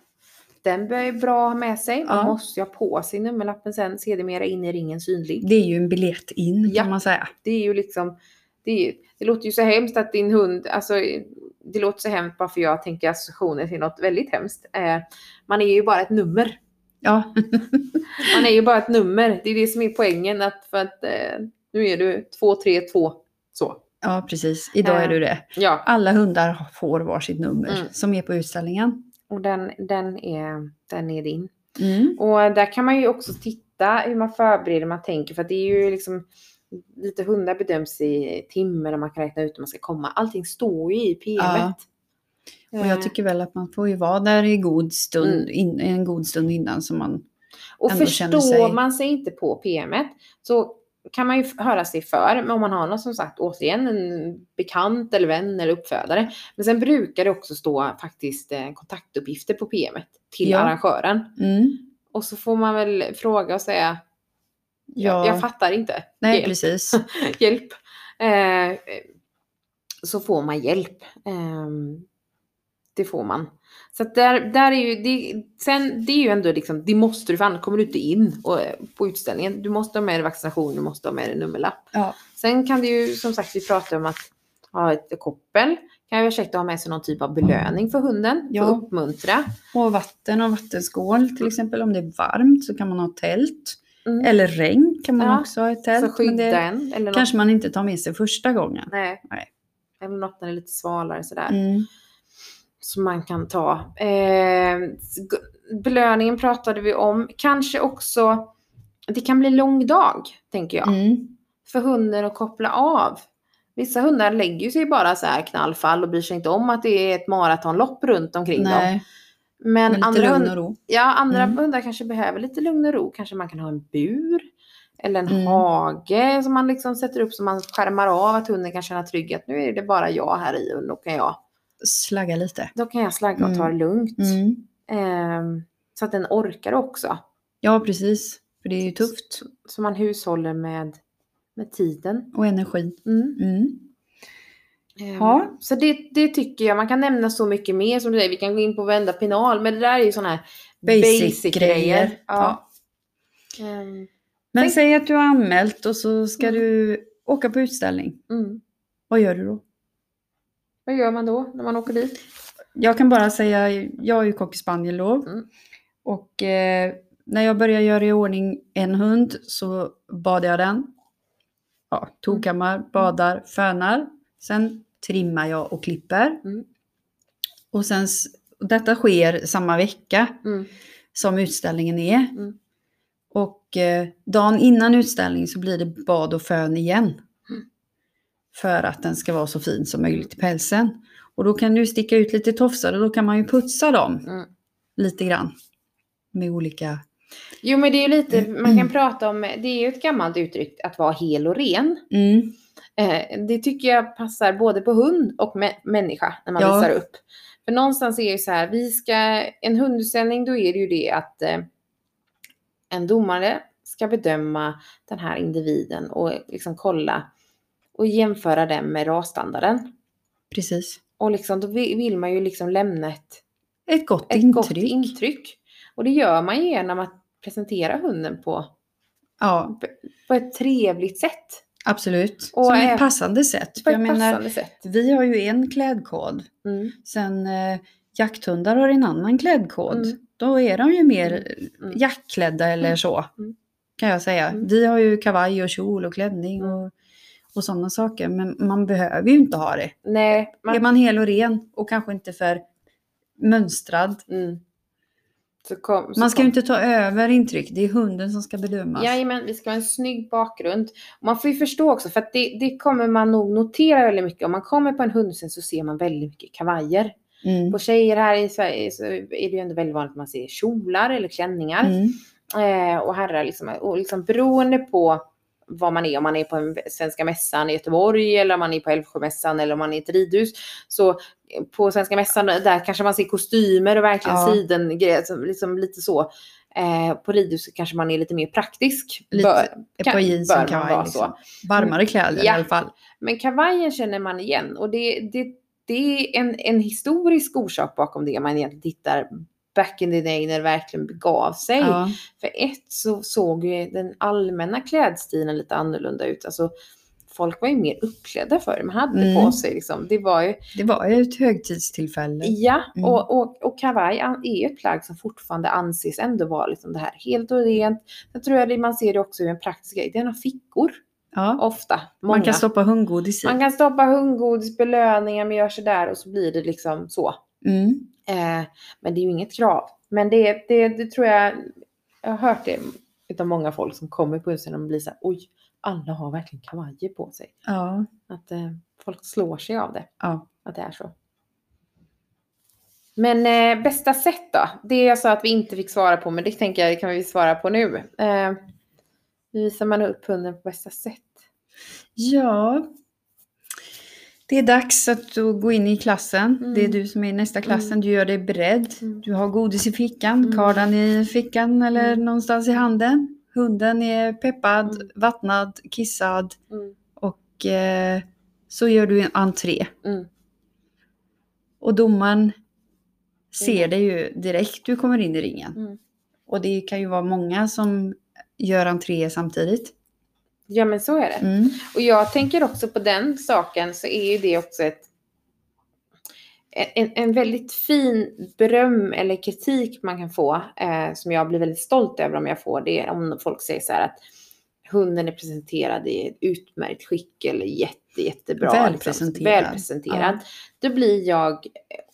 [SPEAKER 3] Den bör ju bra ha med sig. Man
[SPEAKER 2] Ja.
[SPEAKER 3] måste ju ha på sig nummerlappen sen sedermera in i ringen synlig.
[SPEAKER 2] Det är ju en biljett in
[SPEAKER 3] Ja.
[SPEAKER 2] kan man säga.
[SPEAKER 3] Det är ju liksom, det, är, ju- det låter ju så hemskt att din hund, alltså det låter så hemskt bara för jag tänker associationer till något väldigt hemskt. Eh, man är ju bara ett nummer.
[SPEAKER 2] Ja,
[SPEAKER 3] Man är ju bara ett nummer. Det är det som är poängen. Att för att eh, nu är du 232. Så.
[SPEAKER 2] ja precis. Idag är
[SPEAKER 3] Eh.
[SPEAKER 2] du det.
[SPEAKER 3] Ja.
[SPEAKER 2] Alla hundar får varsitt nummer
[SPEAKER 3] Mm.
[SPEAKER 2] som är på utställningen.
[SPEAKER 3] Och den, den, är, den är din.
[SPEAKER 2] Mm.
[SPEAKER 3] Och där kan man ju också titta hur man förbereder, man tänker. För att det är ju liksom lite hundar bedöms i timmar och man kan räkna ut hur man ska komma. Allting står ju i PMet.
[SPEAKER 2] Och jag
[SPEAKER 3] Eh,
[SPEAKER 2] tycker väl att man får ju vara där i god stund,
[SPEAKER 3] Mm.
[SPEAKER 2] in, en god stund innan som man...
[SPEAKER 3] Och
[SPEAKER 2] ändå känner
[SPEAKER 3] förstår
[SPEAKER 2] sig-
[SPEAKER 3] man sig inte på PMet så kan man ju f- höra sig för. Men om man har någon som sagt återigen en bekant eller vän eller uppfödare. Men sen brukar det också stå faktiskt eh, kontaktuppgifter på PMet till
[SPEAKER 2] Ja.
[SPEAKER 3] arrangören.
[SPEAKER 2] Mm.
[SPEAKER 3] Och så får man väl fråga och säga
[SPEAKER 2] Ja,
[SPEAKER 3] jag fattar inte.
[SPEAKER 2] nej
[SPEAKER 3] Hjälp.
[SPEAKER 2] precis.
[SPEAKER 3] hjälp. Eh, så får man hjälp. Eh, det får man. Så att där, där är ju, det, sen, det är ju ändå liksom, det måste du, för annars kommer du inte in och, eh, på utställningen. Du måste ha med dig vaccination, du måste ha med dig nummerlapp.
[SPEAKER 2] Ja.
[SPEAKER 3] Sen kan det ju, som sagt, vi pratade om att ha ett koppel. Kan ju vara käckt att ha med sig någon typ av belöning för hunden,
[SPEAKER 2] Ja.
[SPEAKER 3] för att uppmuntra.
[SPEAKER 2] Och vatten och vattenskål till exempel. Om det är varmt så kan man ha tält.
[SPEAKER 3] Mm.
[SPEAKER 2] Eller regn kan man
[SPEAKER 3] Ja,
[SPEAKER 2] också ha ett
[SPEAKER 3] så
[SPEAKER 2] tält.
[SPEAKER 3] skydda
[SPEAKER 2] Men det
[SPEAKER 3] en. Eller något,
[SPEAKER 2] kanske man inte tar med sig första gången.
[SPEAKER 3] nej.
[SPEAKER 2] Nej.
[SPEAKER 3] Eller något när det är lite svalare sådär.
[SPEAKER 2] Mm.
[SPEAKER 3] som man kan ta. Eh, gu- belöningen pratade vi om. Kanske också, det kan bli lång dag tänker jag.
[SPEAKER 2] Mm.
[SPEAKER 3] För hunden att koppla av. Vissa hundar lägger ju sig bara så här knallfall och bryr sig inte om att det är ett maratonlopp runt omkring dem.
[SPEAKER 2] Nej,
[SPEAKER 3] Men,
[SPEAKER 2] men lite
[SPEAKER 3] andra,
[SPEAKER 2] lugn och
[SPEAKER 3] hund,
[SPEAKER 2] ro.
[SPEAKER 3] ja, andra
[SPEAKER 2] Mm.
[SPEAKER 3] hundar kanske behöver lite lugn och ro. Kanske man kan ha en bur. Eller en
[SPEAKER 2] Mm.
[SPEAKER 3] hage som man liksom sätter upp så man skärmar av att hunden kan känna trygghet. Nu är det bara jag här i och då kan jag,
[SPEAKER 2] Slagga lite.
[SPEAKER 3] då kan jag slagga och ta det
[SPEAKER 2] Mm.
[SPEAKER 3] lugnt.
[SPEAKER 2] Mm.
[SPEAKER 3] Ehm, så att den orkar också.
[SPEAKER 2] Ja, precis. För det är ju tufft.
[SPEAKER 3] Så man hushåller med, med tiden.
[SPEAKER 2] Och energi.
[SPEAKER 3] Mm.
[SPEAKER 2] Mm.
[SPEAKER 3] Ehm,
[SPEAKER 2] Ja.
[SPEAKER 3] Så det, det tycker jag. Man kan nämna så mycket mer som du säger. Vi kan gå in på varenda penal. Men det där är ju sådana här
[SPEAKER 2] Basic-grejer.
[SPEAKER 3] basic-grejer. Ja.
[SPEAKER 2] Ja.
[SPEAKER 3] Ehm,
[SPEAKER 2] Men
[SPEAKER 3] Tänk-
[SPEAKER 2] säg att du har anmält och så ska
[SPEAKER 3] Mm.
[SPEAKER 2] du åka på utställning.
[SPEAKER 3] Mm.
[SPEAKER 2] Vad gör du då?
[SPEAKER 3] Vad gör man då när man åker dit?
[SPEAKER 2] Jag kan bara säga, jag är ju kock i spaniellov.
[SPEAKER 3] Mm.
[SPEAKER 2] Och eh, när jag började göra i ordning en hund så bad jag den. Ja,
[SPEAKER 3] Mm.
[SPEAKER 2] tokammar, badar, fönar. Sen trimmar jag och klipper.
[SPEAKER 3] Mm.
[SPEAKER 2] Och sen, s- detta sker samma vecka
[SPEAKER 3] Mm.
[SPEAKER 2] som utställningen är.
[SPEAKER 3] Mm.
[SPEAKER 2] Och eh, dagen innan utställningen så blir det bad och fön igen.
[SPEAKER 3] Mm.
[SPEAKER 2] För att den ska vara så fin som möjligt i pälsen. Och då kan du sticka ut lite tofsar och då kan man ju putsa dem
[SPEAKER 3] Mm.
[SPEAKER 2] lite grann. Med olika...
[SPEAKER 3] Jo men det är ju lite, man kan prata om, det är ju ett gammalt uttryck att vara hel och ren.
[SPEAKER 2] Mm,
[SPEAKER 3] Eh, det tycker jag passar både på hund och mä- människa när man
[SPEAKER 2] Ja.
[SPEAKER 3] visar upp. För någonstans är det ju så här, vi ska, en hundutställning då är det ju det att eh, en domare ska bedöma den här individen och liksom kolla och jämföra den med rasstandarden.
[SPEAKER 2] precis.
[SPEAKER 3] Och liksom, då vi- vill man ju liksom lämna ett,
[SPEAKER 2] Ett gott
[SPEAKER 3] ett
[SPEAKER 2] intryck.
[SPEAKER 3] gott intryck. Och det gör man ju genom att presentera hunden på,
[SPEAKER 2] Ja,
[SPEAKER 3] på ett trevligt sätt.
[SPEAKER 2] absolut.
[SPEAKER 3] Och
[SPEAKER 2] som
[SPEAKER 3] ä-
[SPEAKER 2] ett passande sätt.
[SPEAKER 3] På
[SPEAKER 2] För
[SPEAKER 3] ett
[SPEAKER 2] jag menar,
[SPEAKER 3] passande sätt.
[SPEAKER 2] vi har ju en klädkod.
[SPEAKER 3] Mm.
[SPEAKER 2] Sen eh, jakthundar har en annan klädkod.
[SPEAKER 3] Mm.
[SPEAKER 2] Då är de ju mer
[SPEAKER 3] Mm.
[SPEAKER 2] jackklädda eller
[SPEAKER 3] Mm.
[SPEAKER 2] så.
[SPEAKER 3] Mm.
[SPEAKER 2] Kan jag säga.
[SPEAKER 3] Mm.
[SPEAKER 2] Vi har ju kavaj och kjol och klänning
[SPEAKER 3] Mm.
[SPEAKER 2] och, och sådana saker. Men man behöver ju inte ha det.
[SPEAKER 3] Nej, man-
[SPEAKER 2] Är man hel och ren och kanske inte för mönstrad.
[SPEAKER 3] Mm. Så kom, så
[SPEAKER 2] Man ska
[SPEAKER 3] kom.
[SPEAKER 2] ju inte ta över intryck. Det är hunden som ska bedömas.
[SPEAKER 3] Jajamän, vi ska ha en snygg bakgrund. Man får ju förstå också, för att det, det kommer man nog notera väldigt mycket. Om man kommer på en hundsen så ser man väldigt mycket kavajer.
[SPEAKER 2] Mm.
[SPEAKER 3] På tjejer här i Sverige så är det ju ändå väldigt vanligt att man ser kjolar eller klänningar.
[SPEAKER 2] Mm.
[SPEAKER 3] Eh, och herrar liksom, och liksom beroende på vad man är, om man är på en Svenska Mässan i Göteborg eller om man är på Älvsjömässan eller om man är i ett ridhus. Så eh, på Svenska Mässan där kanske man ser kostymer och verkligen
[SPEAKER 2] Ja.
[SPEAKER 3] sidengrejer, som liksom lite så. Eh, på ridhus så kanske man är lite mer praktisk.
[SPEAKER 2] Lite
[SPEAKER 3] Bör-
[SPEAKER 2] Ett par
[SPEAKER 3] kan-
[SPEAKER 2] jeans och en
[SPEAKER 3] bör man vara
[SPEAKER 2] kavaj. Liksom.
[SPEAKER 3] så. Mm.
[SPEAKER 2] Varmare kläder
[SPEAKER 3] Ja.
[SPEAKER 2] i alla fall.
[SPEAKER 3] Men kavajen känner man igen och det, det, det är en, en historisk orsak bakom det om man egentligen tittar back in the day när det verkligen begav sig.
[SPEAKER 2] Ja.
[SPEAKER 3] För ett så såg ju den allmänna klädstilen lite annorlunda ut. Alltså, folk var ju mer uppklädda förr. Man hade
[SPEAKER 2] Mm.
[SPEAKER 3] på sig liksom. Det var ju,
[SPEAKER 2] Det var ju ett högtidstillfälle.
[SPEAKER 3] ja,
[SPEAKER 2] Mm.
[SPEAKER 3] och, och, och kavaj an- är ju ett plagg som fortfarande anses ändå vara liksom det här helt och rent. Sen tror jag det, man ser det också i en praktisk grej. Den har fickor
[SPEAKER 2] Ja.
[SPEAKER 3] ofta. Många.
[SPEAKER 2] Man kan stoppa hundgodis i.
[SPEAKER 3] Man kan stoppa hundgodis, belöningar, man gör sådär och så blir det liksom så.
[SPEAKER 2] Mm.
[SPEAKER 3] Eh, men det är ju inget krav. Men det, det, det tror jag, jag har hört det utav många folk som kommer på husen och blir så här, oj, alla har verkligen kavajer på sig.
[SPEAKER 2] Ja.
[SPEAKER 3] Att eh, folk slår sig av det,
[SPEAKER 2] ja.
[SPEAKER 3] att det är så. Men eh, bästa sätt då? Det jag sa att vi inte fick svara på, men det tänker jag kan vi svara på nu. Eh, hur visar man upp hunden på bästa sätt?
[SPEAKER 2] Ja. Det är dags att du går in i klassen.
[SPEAKER 3] Mm.
[SPEAKER 2] Det är du som är i nästa klassen. Du gör dig beredd.
[SPEAKER 3] Mm.
[SPEAKER 2] Du har godis i fickan,
[SPEAKER 3] Mm.
[SPEAKER 2] kardan i fickan eller
[SPEAKER 3] Mm.
[SPEAKER 2] någonstans i handen. Hunden är peppad,
[SPEAKER 3] Mm.
[SPEAKER 2] vattnad, kissad
[SPEAKER 3] Mm.
[SPEAKER 2] och eh, så gör du en entré.
[SPEAKER 3] Mm.
[SPEAKER 2] Och domaren ser
[SPEAKER 3] Mm.
[SPEAKER 2] dig ju direkt du kommer in i ringen.
[SPEAKER 3] Mm.
[SPEAKER 2] Och det kan ju vara många som gör entré samtidigt.
[SPEAKER 3] Ja men så är det.
[SPEAKER 2] Mm.
[SPEAKER 3] Och jag tänker också på den saken så är ju det också ett en, en väldigt fin beröm eller kritik man kan få eh, som jag blir väldigt stolt över om jag får det är om folk säger så här att hunden är presenterad i ett utmärkt skick eller jätte, jättebra.
[SPEAKER 2] Välpresenterad.
[SPEAKER 3] Liksom, välpresenterad. Då blir jag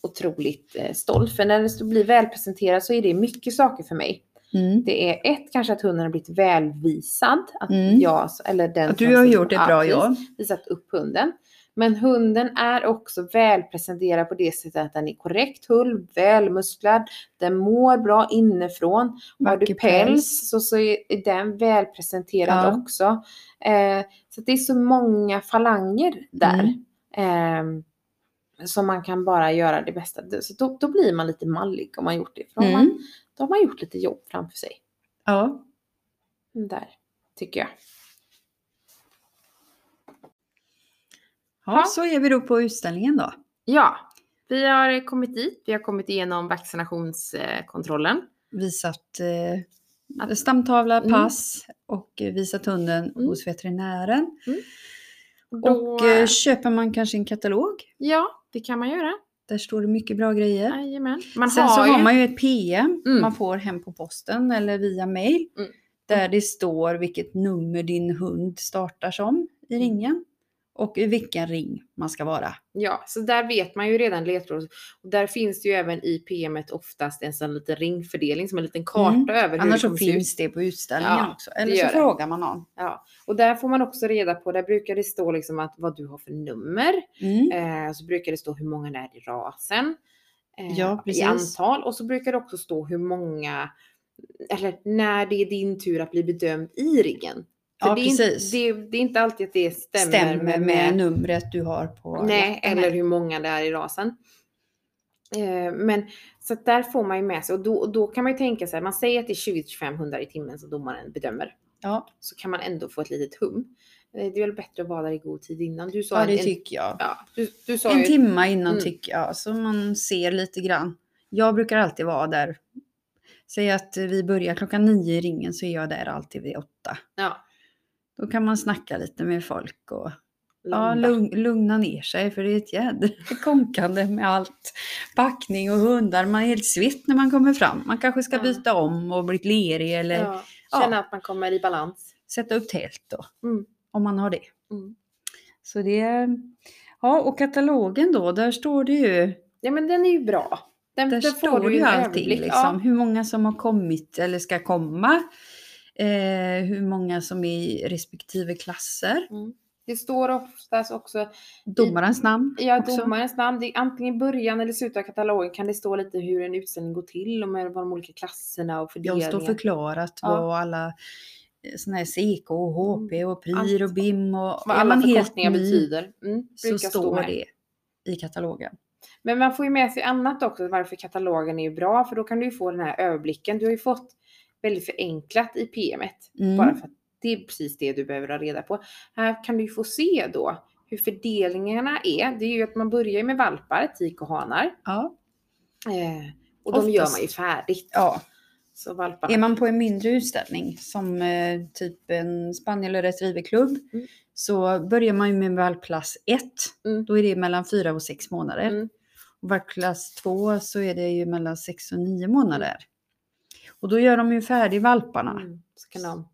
[SPEAKER 3] otroligt eh, stolt för när det blir välpresenterad så är det mycket saker för mig.
[SPEAKER 2] Mm.
[SPEAKER 3] Det är ett kanske att hunden har blivit välvisad. Att,
[SPEAKER 2] Mm.
[SPEAKER 3] jag, eller den
[SPEAKER 2] Att
[SPEAKER 3] som
[SPEAKER 2] du har
[SPEAKER 3] sitter
[SPEAKER 2] gjort
[SPEAKER 3] på-
[SPEAKER 2] ett bra
[SPEAKER 3] precis
[SPEAKER 2] jobb.
[SPEAKER 3] visat upp hunden. Men hunden är också välpresenterad på det sättet att den är korrekt hull, välmusklad, den mår bra inifrån. Har du
[SPEAKER 2] Vacker päls.
[SPEAKER 3] päls så, så är den välpresenterad
[SPEAKER 2] Ja.
[SPEAKER 3] också. Eh, så att det är så många falanger där.
[SPEAKER 2] Mm.
[SPEAKER 3] Eh, som man kan bara göra det bästa. Så då, då blir man lite mallig om man gjort det. För då, har
[SPEAKER 2] Mm.
[SPEAKER 3] man, då har man gjort lite jobb framför sig.
[SPEAKER 2] Ja.
[SPEAKER 3] Där, tycker jag.
[SPEAKER 2] Ja,
[SPEAKER 3] Ja.
[SPEAKER 2] så är vi då på utställningen då.
[SPEAKER 3] Ja, vi har kommit dit. Vi har kommit igenom vaccinationskontrollen.
[SPEAKER 2] Visat eh,
[SPEAKER 3] Att-
[SPEAKER 2] stamtavla,
[SPEAKER 3] Mm.
[SPEAKER 2] pass och eh, visat hunden
[SPEAKER 3] Mm.
[SPEAKER 2] hos veterinären.
[SPEAKER 3] Då,
[SPEAKER 2] Och eh, köper man kanske en katalog.
[SPEAKER 3] ja, det kan man göra.
[SPEAKER 2] Där står det mycket bra grejer.
[SPEAKER 3] Jajamän. Man
[SPEAKER 2] Sen
[SPEAKER 3] har
[SPEAKER 2] så
[SPEAKER 3] ju...
[SPEAKER 2] har man ju ett PM
[SPEAKER 3] Mm.
[SPEAKER 2] man får hem på posten eller via mail.
[SPEAKER 3] Mm.
[SPEAKER 2] Där det står vilket nummer din hund startar som i
[SPEAKER 3] Mm.
[SPEAKER 2] ringen. Och i vilken ring man ska vara.
[SPEAKER 3] Ja, så där vet man ju redan ledtråd. Och där finns det ju även i PMet oftast en sån liten ringfördelning som en liten karta
[SPEAKER 2] Mm.
[SPEAKER 3] över hur
[SPEAKER 2] Annars
[SPEAKER 3] det
[SPEAKER 2] så
[SPEAKER 3] kommer se ut.
[SPEAKER 2] finns det på utställningen
[SPEAKER 3] Ja,
[SPEAKER 2] också.
[SPEAKER 3] det
[SPEAKER 2] Eller
[SPEAKER 3] gör
[SPEAKER 2] så
[SPEAKER 3] det.
[SPEAKER 2] frågar man någon.
[SPEAKER 3] Ja, och där får man också reda på, där brukar det stå liksom att vad du har för nummer.
[SPEAKER 2] Mm.
[SPEAKER 3] Eh, så brukar det stå hur många det är i rasen. Eh,
[SPEAKER 2] Ja,
[SPEAKER 3] I
[SPEAKER 2] precis.
[SPEAKER 3] antal. Och så brukar det också stå hur många, eller när det är din tur att bli bedömd i riggen. För
[SPEAKER 2] Ja,
[SPEAKER 3] det, är inte,
[SPEAKER 2] precis.
[SPEAKER 3] det, det är inte alltid att det stämmer,
[SPEAKER 2] stämmer med, numret du har på
[SPEAKER 3] Nej,
[SPEAKER 2] lappen.
[SPEAKER 3] eller hur många det är i rasen. Eh, Men så att där får man ju med sig och då, och då kan man ju tänka sig, man säger att det är 20-25 hundar i timmen som domaren bedömer.
[SPEAKER 2] Ja,
[SPEAKER 3] Så kan man ändå få ett litet hum. Eh, Det är väl bättre att vara där i god tid innan. Du sa
[SPEAKER 2] ja,
[SPEAKER 3] en-
[SPEAKER 2] det
[SPEAKER 3] en,
[SPEAKER 2] tycker jag.
[SPEAKER 3] Ja, du, du sa
[SPEAKER 2] En
[SPEAKER 3] ju,
[SPEAKER 2] timma innan
[SPEAKER 3] Mm.
[SPEAKER 2] tycker jag, så man ser lite grann. Jag brukar alltid vara där. Säg att vi börjar klockan nio i ringen så är jag där alltid vid åtta.
[SPEAKER 3] Ja,
[SPEAKER 2] Då kan man snacka lite med folk och ja,
[SPEAKER 3] landa.
[SPEAKER 2] lugn, lugna ner sig för det är ett jädra konkande med allt. Packning och hundar, man är helt svett när man kommer fram. Man kanske ska
[SPEAKER 3] Ja.
[SPEAKER 2] byta om och bli lerig eller
[SPEAKER 3] Ja,
[SPEAKER 2] Ja.
[SPEAKER 3] känna att man kommer i balans.
[SPEAKER 2] sätta upp tält då,
[SPEAKER 3] Mm.
[SPEAKER 2] om man har det.
[SPEAKER 3] Mm.
[SPEAKER 2] Så det... Ja, och katalogen då, där står det ju,
[SPEAKER 3] Ja men den är ju bra. Den,
[SPEAKER 2] där
[SPEAKER 3] den får
[SPEAKER 2] står
[SPEAKER 3] du
[SPEAKER 2] ju
[SPEAKER 3] en
[SPEAKER 2] allting
[SPEAKER 3] överblick.
[SPEAKER 2] liksom. Hur många som har kommit eller ska komma. Eh, hur många som är i respektive
[SPEAKER 3] Mm.
[SPEAKER 2] klasser.
[SPEAKER 3] Det står oftast också,
[SPEAKER 2] Domarens namn.
[SPEAKER 3] ja
[SPEAKER 2] också.
[SPEAKER 3] domarens namn, det är antingen i början eller slutet av katalogen kan det stå lite hur en utställning går till och med vad de olika klasserna och
[SPEAKER 2] Jag
[SPEAKER 3] fördelningen.
[SPEAKER 2] står förklarat
[SPEAKER 3] Ja. Mm.
[SPEAKER 2] vad alla sådana här CK och HP och PRIR och
[SPEAKER 3] Allt.
[SPEAKER 2] BIM och
[SPEAKER 3] vad
[SPEAKER 2] är
[SPEAKER 3] alla
[SPEAKER 2] man helt
[SPEAKER 3] förkortningar
[SPEAKER 2] ny
[SPEAKER 3] betyder. Mm, brukar
[SPEAKER 2] så
[SPEAKER 3] stå
[SPEAKER 2] står
[SPEAKER 3] med.
[SPEAKER 2] det i katalogen.
[SPEAKER 3] Men man får ju med sig annat också varför katalogen är ju bra för då kan du ju få den här överblicken. Du har ju fått väldigt förenklat i PMet.
[SPEAKER 2] Mm.
[SPEAKER 3] Bara för att det är precis det du behöver ha reda på. Här kan du ju få se då hur fördelningarna är. Det är ju att man börjar ju med valpar, tik och hanar.
[SPEAKER 2] Ja.
[SPEAKER 3] Eh, och de gör man ju färdigt.
[SPEAKER 2] ja,
[SPEAKER 3] Så valparna.
[SPEAKER 2] Är man på en mindre utställning som eh, typ en spaniel eller retrieverklubb
[SPEAKER 3] Mm.
[SPEAKER 2] så börjar man ju med valpklass 1.
[SPEAKER 3] Mm.
[SPEAKER 2] Då är det mellan 4 och 6 månader.
[SPEAKER 3] Mm.
[SPEAKER 2] Och valpklass 2 så är det ju mellan 6 och 9 månader. Och då gör de ju färdig valparna.
[SPEAKER 3] Mm. Så kan de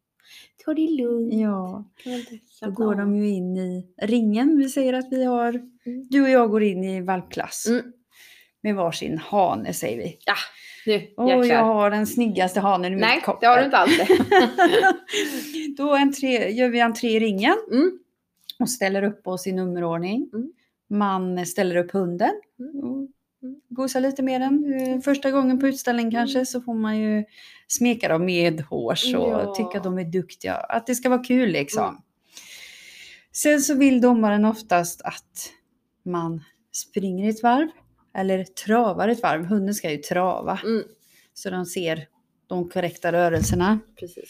[SPEAKER 3] ta det lugnt.
[SPEAKER 2] Ja,
[SPEAKER 3] Kan inte
[SPEAKER 2] då
[SPEAKER 3] slappna
[SPEAKER 2] går
[SPEAKER 3] av.
[SPEAKER 2] de ju in i ringen. Vi säger att vi har, du och jag går in i valpklass.
[SPEAKER 3] Mm.
[SPEAKER 2] med varsin hane säger vi.
[SPEAKER 3] Ja, nu
[SPEAKER 2] Och jag
[SPEAKER 3] jäklar.
[SPEAKER 2] har den snyggaste hanen i
[SPEAKER 3] Nej,
[SPEAKER 2] mitt koppel.
[SPEAKER 3] det har du inte alls.
[SPEAKER 2] Då entré, gör vi entré i ringen
[SPEAKER 3] Mm.
[SPEAKER 2] och ställer upp oss i nummerordning.
[SPEAKER 3] Mm.
[SPEAKER 2] Man ställer upp hunden.
[SPEAKER 3] Mm. Mm.
[SPEAKER 2] och Gosar lite med den. Eh, Första gången på utställning kanske så får man ju smeka dem medhårs och
[SPEAKER 3] Ja. Mm.
[SPEAKER 2] tycka att de är duktiga. Att det ska vara kul liksom. Sen så vill domaren oftast att man springer ett varv eller travar ett varv. Hunden ska ju trava
[SPEAKER 3] Mm.
[SPEAKER 2] så de ser de korrekta rörelserna.
[SPEAKER 3] Precis.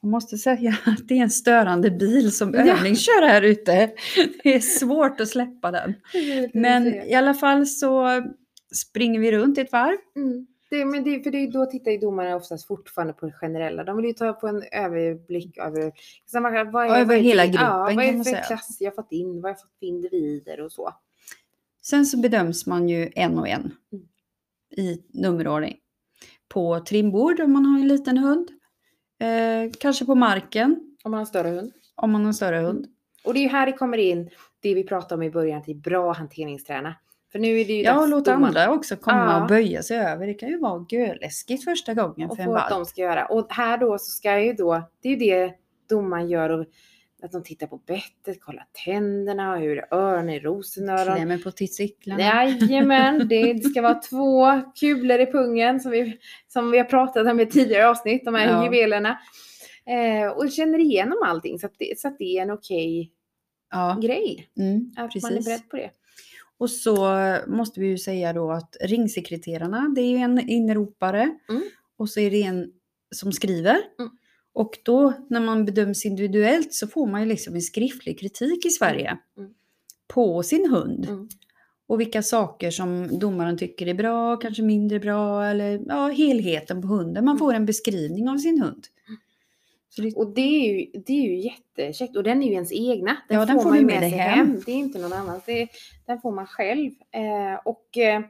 [SPEAKER 2] Jag måste säga att det är en störande bil som
[SPEAKER 3] Ja.
[SPEAKER 2] övning kör här ute. Det är svårt att släppa den. Men
[SPEAKER 3] Mm.
[SPEAKER 2] i alla fall så springer vi runt i ett varv.
[SPEAKER 3] Mm. Det, men det, för det är då tittar ju domarna oftast fortfarande på det generella. De vill ju ta på en överblick över, liksom, vad är, vad är
[SPEAKER 2] Över
[SPEAKER 3] det för-
[SPEAKER 2] hela gruppen,
[SPEAKER 3] ja, vad är
[SPEAKER 2] kan
[SPEAKER 3] det
[SPEAKER 2] man
[SPEAKER 3] för
[SPEAKER 2] säga.
[SPEAKER 3] klass jag fått in, vad har jag fått för individer och så.
[SPEAKER 2] Sen så bedöms man ju en och en
[SPEAKER 3] Mm.
[SPEAKER 2] i nummerordning. På trimbord om man har en liten hund. Eh, kanske på marken
[SPEAKER 3] Om man har en större hund.
[SPEAKER 2] om man har en större hund.
[SPEAKER 3] Och det är ju här det kommer in det vi pratade om i början till bra hanteringsträna. För nu är det ju
[SPEAKER 2] Ja,
[SPEAKER 3] dags
[SPEAKER 2] låt
[SPEAKER 3] domaren-
[SPEAKER 2] andra också komma
[SPEAKER 3] Ja.
[SPEAKER 2] och böja sig över. Det kan ju vara görläskigt första gången
[SPEAKER 3] och
[SPEAKER 2] för en
[SPEAKER 3] få att
[SPEAKER 2] valp.
[SPEAKER 3] de ska göra. Och här då så ska ju då, det är ju det domaren gör och att de tittar på bettet, kollar tänderna, hur är öronen, är rosenöron.
[SPEAKER 2] Klämmer på testiklarna.
[SPEAKER 3] Jajamän, det ska vara två kulor i pungen som vi, som vi har pratat om i tidigare avsnitt, de här
[SPEAKER 2] Ja.
[SPEAKER 3] juvelerna. Eh, och känner igenom allting så att det, så att det är en okej
[SPEAKER 2] Ja,
[SPEAKER 3] grej.
[SPEAKER 2] mm,
[SPEAKER 3] Att man är
[SPEAKER 2] precis.
[SPEAKER 3] beredd på det.
[SPEAKER 2] Och så måste vi ju säga då att ringsekreterarna, det är ju en inropare
[SPEAKER 3] Mm.
[SPEAKER 2] och så är det en som skriver.
[SPEAKER 3] Mm.
[SPEAKER 2] Och då när man bedöms individuellt så får man ju liksom en skriftlig kritik i Sverige
[SPEAKER 3] Mm.
[SPEAKER 2] på sin hund.
[SPEAKER 3] Mm.
[SPEAKER 2] Och vilka saker som domaren tycker är bra, kanske mindre bra eller ja, helheten på hunden. Man
[SPEAKER 3] Mm.
[SPEAKER 2] får en beskrivning av sin hund. Så det,
[SPEAKER 3] Och det är ju, det är ju jättekäckt. Och den är ju ens egna.
[SPEAKER 2] Ja, den får
[SPEAKER 3] man
[SPEAKER 2] du
[SPEAKER 3] ju
[SPEAKER 2] med dig
[SPEAKER 3] sig
[SPEAKER 2] hem.
[SPEAKER 3] Det är inte någon annans. Det, är- den får man själv. Eh, och eh,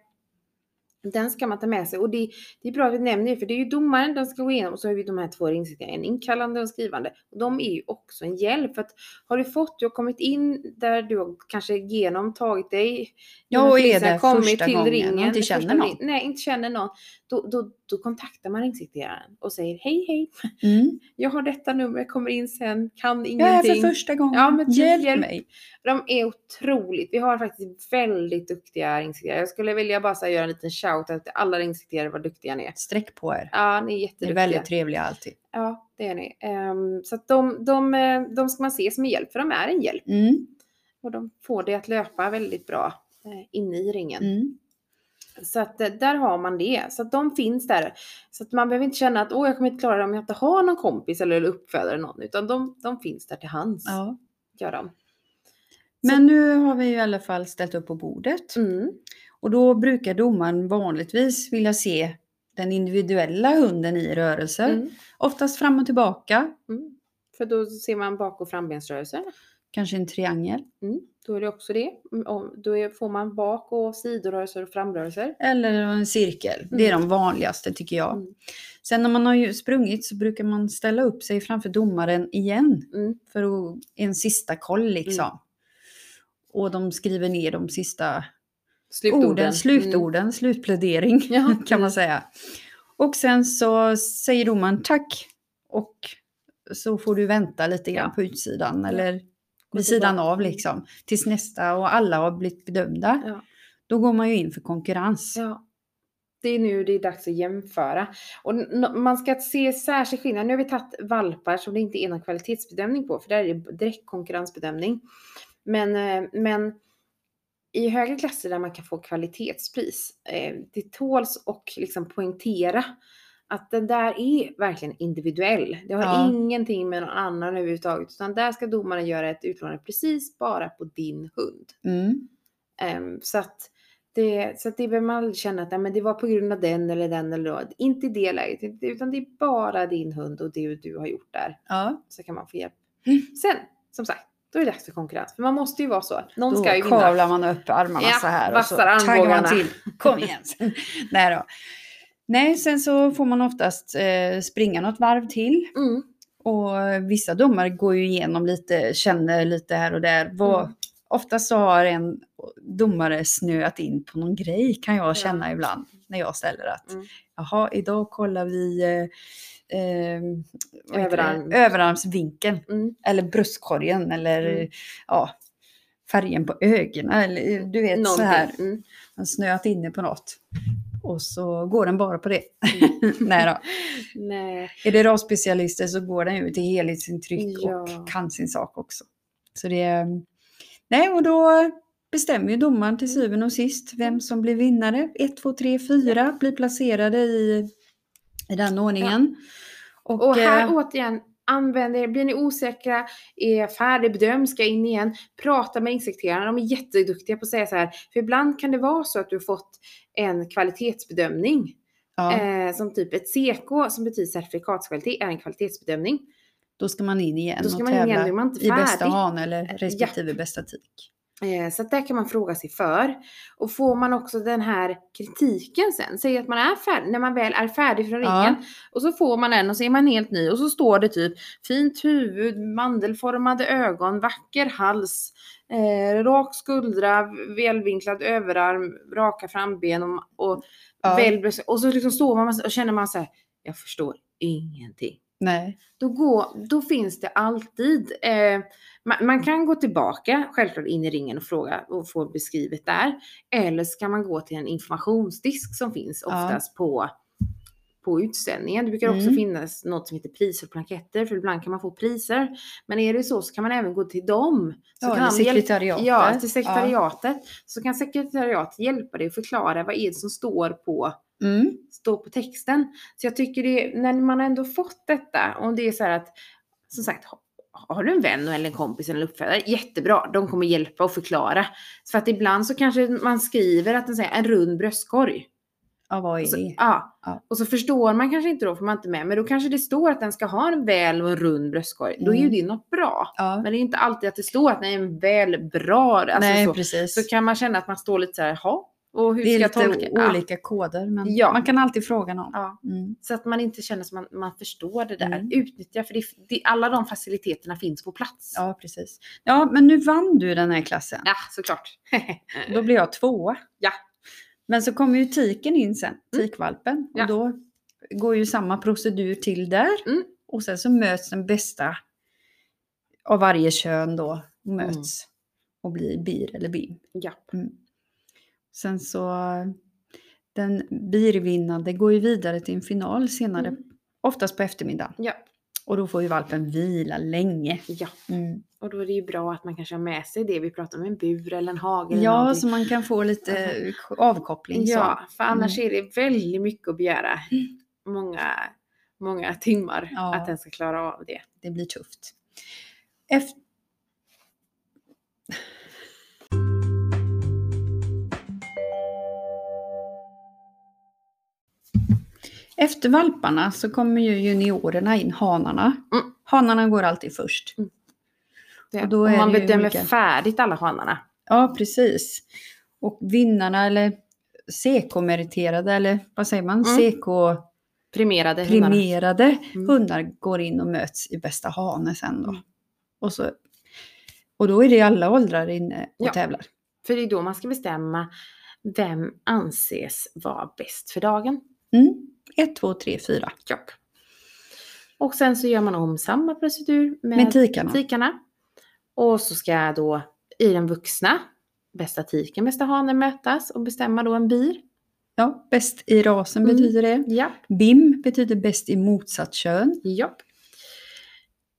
[SPEAKER 3] den ska man ta med sig. Och det, det är bra att vi nämner det, för det är ju domaren de ska gå igenom. Och så har vi de här två ringsiktningarna, en inkallande och en skrivande. Och de är ju också en hjälp. För att har du fått, du har kommit in där du har kanske genom tagit dig.
[SPEAKER 2] ja, och är
[SPEAKER 3] polisen har
[SPEAKER 2] det första gången man inte
[SPEAKER 3] första
[SPEAKER 2] känner någon.
[SPEAKER 3] ring- Nej, inte känner någon. Då, då, då kontaktar man ringsekreteraren och säger hej, hej.
[SPEAKER 2] Mm.
[SPEAKER 3] Jag har detta nummer, kommer in sen, kan
[SPEAKER 2] Jag är här
[SPEAKER 3] ingenting.
[SPEAKER 2] för första gången,
[SPEAKER 3] Ja, men typ
[SPEAKER 2] hjälp,
[SPEAKER 3] hjälp.
[SPEAKER 2] mig.
[SPEAKER 3] De är otroligt. Vi har faktiskt väldigt duktiga ringsekreterare. Jag skulle vilja bara så här göra en liten shout-out till alla ringsekreterare vad duktiga ni är.
[SPEAKER 2] Sträck på er.
[SPEAKER 3] Ja, ni är
[SPEAKER 2] Ni är
[SPEAKER 3] jätteduktiga.
[SPEAKER 2] väldigt trevliga alltid.
[SPEAKER 3] Ja, det är ni. Ehm, så att de, de, eh, de ska man se som en hjälp, för de är en hjälp.
[SPEAKER 2] Mm,
[SPEAKER 3] Och de får det att löpa väldigt bra eh, inne i ringen.
[SPEAKER 2] mm.
[SPEAKER 3] Så att eh, där har man det. Så att de finns där. Så att man behöver inte känna att åh, jag kommer inte klara det om jag inte har någon kompis eller uppfödare eller någon. Utan de, de finns där till hands.
[SPEAKER 2] Ja.
[SPEAKER 3] Gör de.
[SPEAKER 2] Men nu har vi ju i alla fall ställt upp på bordet.
[SPEAKER 3] Mm.
[SPEAKER 2] Och då brukar domaren vanligtvis vilja se den individuella hunden i rörelse.
[SPEAKER 3] Mm.
[SPEAKER 2] Oftast fram och tillbaka,
[SPEAKER 3] Mm. För då ser man bak och frambensrörelser.
[SPEAKER 2] kanske en triangel.
[SPEAKER 3] Mm. Då är det också det. Mm, och Då är- får man bak och sidorörelser och framrörelser.
[SPEAKER 2] Eller en cirkel. Det är de vanligaste tycker jag.
[SPEAKER 3] Mm.
[SPEAKER 2] Sen när man har ju sprungit så brukar man ställa upp sig framför domaren igen.
[SPEAKER 3] Mm.
[SPEAKER 2] För att, en sista koll liksom. Och de skriver ner de sista
[SPEAKER 3] Slutorden. Mm.
[SPEAKER 2] orden, slutorden, slutplädering
[SPEAKER 3] Ja,
[SPEAKER 2] kan man säga. Och sen så säger domaren tack och så får du vänta lite grann
[SPEAKER 3] Ja.
[SPEAKER 2] på utsidan eller vid
[SPEAKER 3] tillbaka.
[SPEAKER 2] sidan av liksom tills nästa och alla har blivit bedömda.
[SPEAKER 3] Ja.
[SPEAKER 2] Då går man ju in för konkurrens.
[SPEAKER 3] Ja. Det är nu det är dags att jämföra. Och n- man ska se särskild skillnad. Nu har vi tagit valpar som det inte är någon kvalitetsbedömning på, för där är det direkt konkurrensbedömning. Men, eh, men i högre klasser där man kan få kvalitetspris, eh, det tåls och liksom poängtera att den där är verkligen individuell. Det har
[SPEAKER 2] Ja.
[SPEAKER 3] ingenting med någon annan överhuvudtaget, utan där ska domaren göra ett utlåtande precis bara på din hund.
[SPEAKER 2] Mm.
[SPEAKER 3] Ehm, så att det, så att det behöver man aldrig känna att nej, men det var på grund av den eller den eller då. Inte i det läget, inte- utan det är bara din hund och det du har gjort där.
[SPEAKER 2] Ja,
[SPEAKER 3] Så kan man få hjälp.
[SPEAKER 2] Mm.
[SPEAKER 3] Sen, som sagt, då är det dags för konkurrens. För man måste ju vara så. Någon
[SPEAKER 2] då
[SPEAKER 3] ska ju vinna.
[SPEAKER 2] kavlar man upp armarna
[SPEAKER 3] Ja,
[SPEAKER 2] så här och så
[SPEAKER 3] vassar
[SPEAKER 2] taggar
[SPEAKER 3] armbågarna.
[SPEAKER 2] man till. Kom igen! Nej då. Nej, sen så får man oftast eh, springa något varv till.
[SPEAKER 3] Mm,
[SPEAKER 2] Och vissa domare går ju igenom lite, känner lite här och där. Vad,
[SPEAKER 3] Mm.
[SPEAKER 2] oftast så har en domare snöat in på någon grej kan jag känna ibland när jag ställer att
[SPEAKER 3] Mm.
[SPEAKER 2] jaha, idag kollar vi eh, eh, vad heter det?
[SPEAKER 3] Överarm.
[SPEAKER 2] överarmsvinkeln
[SPEAKER 3] Mm.
[SPEAKER 2] eller bröstkorgen eller
[SPEAKER 3] Mm.
[SPEAKER 2] ja, färgen på ögonen eller du vet så här.
[SPEAKER 3] Någonting. Mm.
[SPEAKER 2] Den snöat inne på något. Och så går den bara på det. Nej då.
[SPEAKER 3] Nej.
[SPEAKER 2] Är det rasspecialister så går den ju till helhetsintryck
[SPEAKER 3] Ja.
[SPEAKER 2] och kan sin sak också. Så det är... Nej, och då bestämmer ju domaren
[SPEAKER 3] Mm.
[SPEAKER 2] till syvende och sist vem som blir vinnare. 1, 2, 3, 4 blir placerade i, i den ordningen. Och,
[SPEAKER 3] Och här
[SPEAKER 2] eh,
[SPEAKER 3] återigen, använd er. Blir ni osäkra, är färdigbedömd, ska in igen, prata med insekterarna. De är jätteduktiga på att säga så här. För ibland kan det vara så att du har fått en kvalitetsbedömning.
[SPEAKER 2] ja,
[SPEAKER 3] Eh, som typ ett CK som betyder certifikatskvalitet är en kvalitetsbedömning.
[SPEAKER 2] då ska man in igen
[SPEAKER 3] Då ska
[SPEAKER 2] och
[SPEAKER 3] man in igen,
[SPEAKER 2] tävla
[SPEAKER 3] då är man inte
[SPEAKER 2] i bästa
[SPEAKER 3] färdig.
[SPEAKER 2] hane eller respektive bästa tik.
[SPEAKER 3] Eh, Så att där kan man fråga sig för. Och får man också den här kritiken sen, säg att man är färdig, när man väl är färdig från
[SPEAKER 2] Ja.
[SPEAKER 3] ringen. Och så får man en och så är man helt ny och så står det typ fint huvud, mandelformade ögon, vacker hals, eh, rak skuldra, välvinklad överarm, raka framben och, och
[SPEAKER 2] Ja,
[SPEAKER 3] väl, Och så liksom står man och känner man så här, jag förstår ingenting
[SPEAKER 2] nej.
[SPEAKER 3] då, går, då finns det alltid, eh, man, man kan gå tillbaka självklart in i ringen och fråga och få beskrivet där. Eller så kan man gå till en informationsdisk som finns
[SPEAKER 2] Ja.
[SPEAKER 3] oftast på, på utställningen. Det brukar också
[SPEAKER 2] Mm.
[SPEAKER 3] finnas något som heter priser och planketter för ibland kan man få priser. Men är det så så kan man även gå till dem. Så
[SPEAKER 2] Ja,
[SPEAKER 3] kan
[SPEAKER 2] eller
[SPEAKER 3] de hjälpa-
[SPEAKER 2] sekretariatet.
[SPEAKER 3] Ja, till sekretariatet. Så kan sekretariatet hjälpa dig att förklara vad är det som står på
[SPEAKER 2] Ja. Mm.
[SPEAKER 3] stå på texten. Så jag tycker det, när man ändå fått detta, och det är så här att, som sagt, ha- har du en vän eller en kompis eller en uppfödare, jättebra, de kommer hjälpa och förklara. För att ibland så kanske man skriver att den säger en rund bröstkorg.
[SPEAKER 2] ja, vad är
[SPEAKER 3] Och så,
[SPEAKER 2] det?
[SPEAKER 3] ja.
[SPEAKER 2] Ja.
[SPEAKER 3] och så förstår man kanske inte då, för man är inte med, men då kanske det står att den ska ha en väl och en rund bröstkorg. Då är ju
[SPEAKER 2] Mm.
[SPEAKER 3] det något bra.
[SPEAKER 2] Ja.
[SPEAKER 3] Men det är inte alltid att det står att den är en väl bra, alltså
[SPEAKER 2] nej,
[SPEAKER 3] så.
[SPEAKER 2] precis.
[SPEAKER 3] så kan man känna att man står lite så här, ha och hur
[SPEAKER 2] det är
[SPEAKER 3] ska jag
[SPEAKER 2] lite
[SPEAKER 3] tolka? Ja.
[SPEAKER 2] olika koder, men
[SPEAKER 3] Ja.
[SPEAKER 2] man kan alltid fråga någon.
[SPEAKER 3] Ja.
[SPEAKER 2] Mm.
[SPEAKER 3] Så att man inte känner att man, man förstår det där.
[SPEAKER 2] Mm.
[SPEAKER 3] Utnyttja, för det, det, alla de faciliteterna finns på plats. Ja,
[SPEAKER 2] Ja, precis. Ja, men nu vann du den här klassen.
[SPEAKER 3] såklart.
[SPEAKER 2] Då blev jag tvåa.
[SPEAKER 3] Ja. Mm.
[SPEAKER 2] Men så kommer ju tiken in sen, tikvalpen.
[SPEAKER 3] Ja.
[SPEAKER 2] Och då går ju samma procedur till där.
[SPEAKER 3] Mm.
[SPEAKER 2] Och sen så möts den bästa av varje kön då.
[SPEAKER 3] Mm.
[SPEAKER 2] Möts och blir bir eller bim.
[SPEAKER 3] Japp.
[SPEAKER 2] Mm. Sen så den birvinnande går ju vidare till en final senare.
[SPEAKER 3] Mm.
[SPEAKER 2] Oftast på eftermiddagen.
[SPEAKER 3] Japp.
[SPEAKER 2] Och då får ju valpen vila länge.
[SPEAKER 3] Ja,
[SPEAKER 2] Mm.
[SPEAKER 3] och då är det ju bra att man kanske har med sig det vi pratar om, en bur eller en hage. eller
[SPEAKER 2] Ja,
[SPEAKER 3] någonting. Alltså.
[SPEAKER 2] så man kan få lite avkoppling. Så.
[SPEAKER 3] ja, för
[SPEAKER 2] Mm.
[SPEAKER 3] annars är det väldigt mycket att begära. Många, många timmar
[SPEAKER 2] Ja.
[SPEAKER 3] att den ska klara av det.
[SPEAKER 2] Det blir tufft. Eft- Efter valparna så kommer ju juniorerna in, hanarna.
[SPEAKER 3] Mm.
[SPEAKER 2] Hanarna går alltid först.
[SPEAKER 3] det.
[SPEAKER 2] Och
[SPEAKER 3] Och
[SPEAKER 2] då är
[SPEAKER 3] man
[SPEAKER 2] det ju
[SPEAKER 3] bedömer
[SPEAKER 2] olika.
[SPEAKER 3] färdigt alla hanarna.
[SPEAKER 2] Ja, precis. Och vinnarna eller CK-meriterade eller vad säger man?
[SPEAKER 3] Mm.
[SPEAKER 2] CK-primerade
[SPEAKER 3] Primerade hundarna. Mm.
[SPEAKER 2] hundar går in och möts i bästa hane sen då.
[SPEAKER 3] Mm.
[SPEAKER 2] Och, så, och då är det alla åldrar inne och
[SPEAKER 3] Ja.
[SPEAKER 2] tävlar.
[SPEAKER 3] För det är då man ska bestämma vem anses vara bäst för dagen.
[SPEAKER 2] Mm. 1, 2, 3, 4.
[SPEAKER 3] Japp. Och sen så gör man om samma procedur med,
[SPEAKER 2] Med tikarna.
[SPEAKER 3] tikarna. Och så ska då i den vuxna, bästa tiken, bästa hanen mötas och bestämma då en bir.
[SPEAKER 2] Ja, bäst i rasen
[SPEAKER 3] Mm.
[SPEAKER 2] betyder det.
[SPEAKER 3] Japp,
[SPEAKER 2] BIM betyder bäst i motsatt kön.
[SPEAKER 3] japp.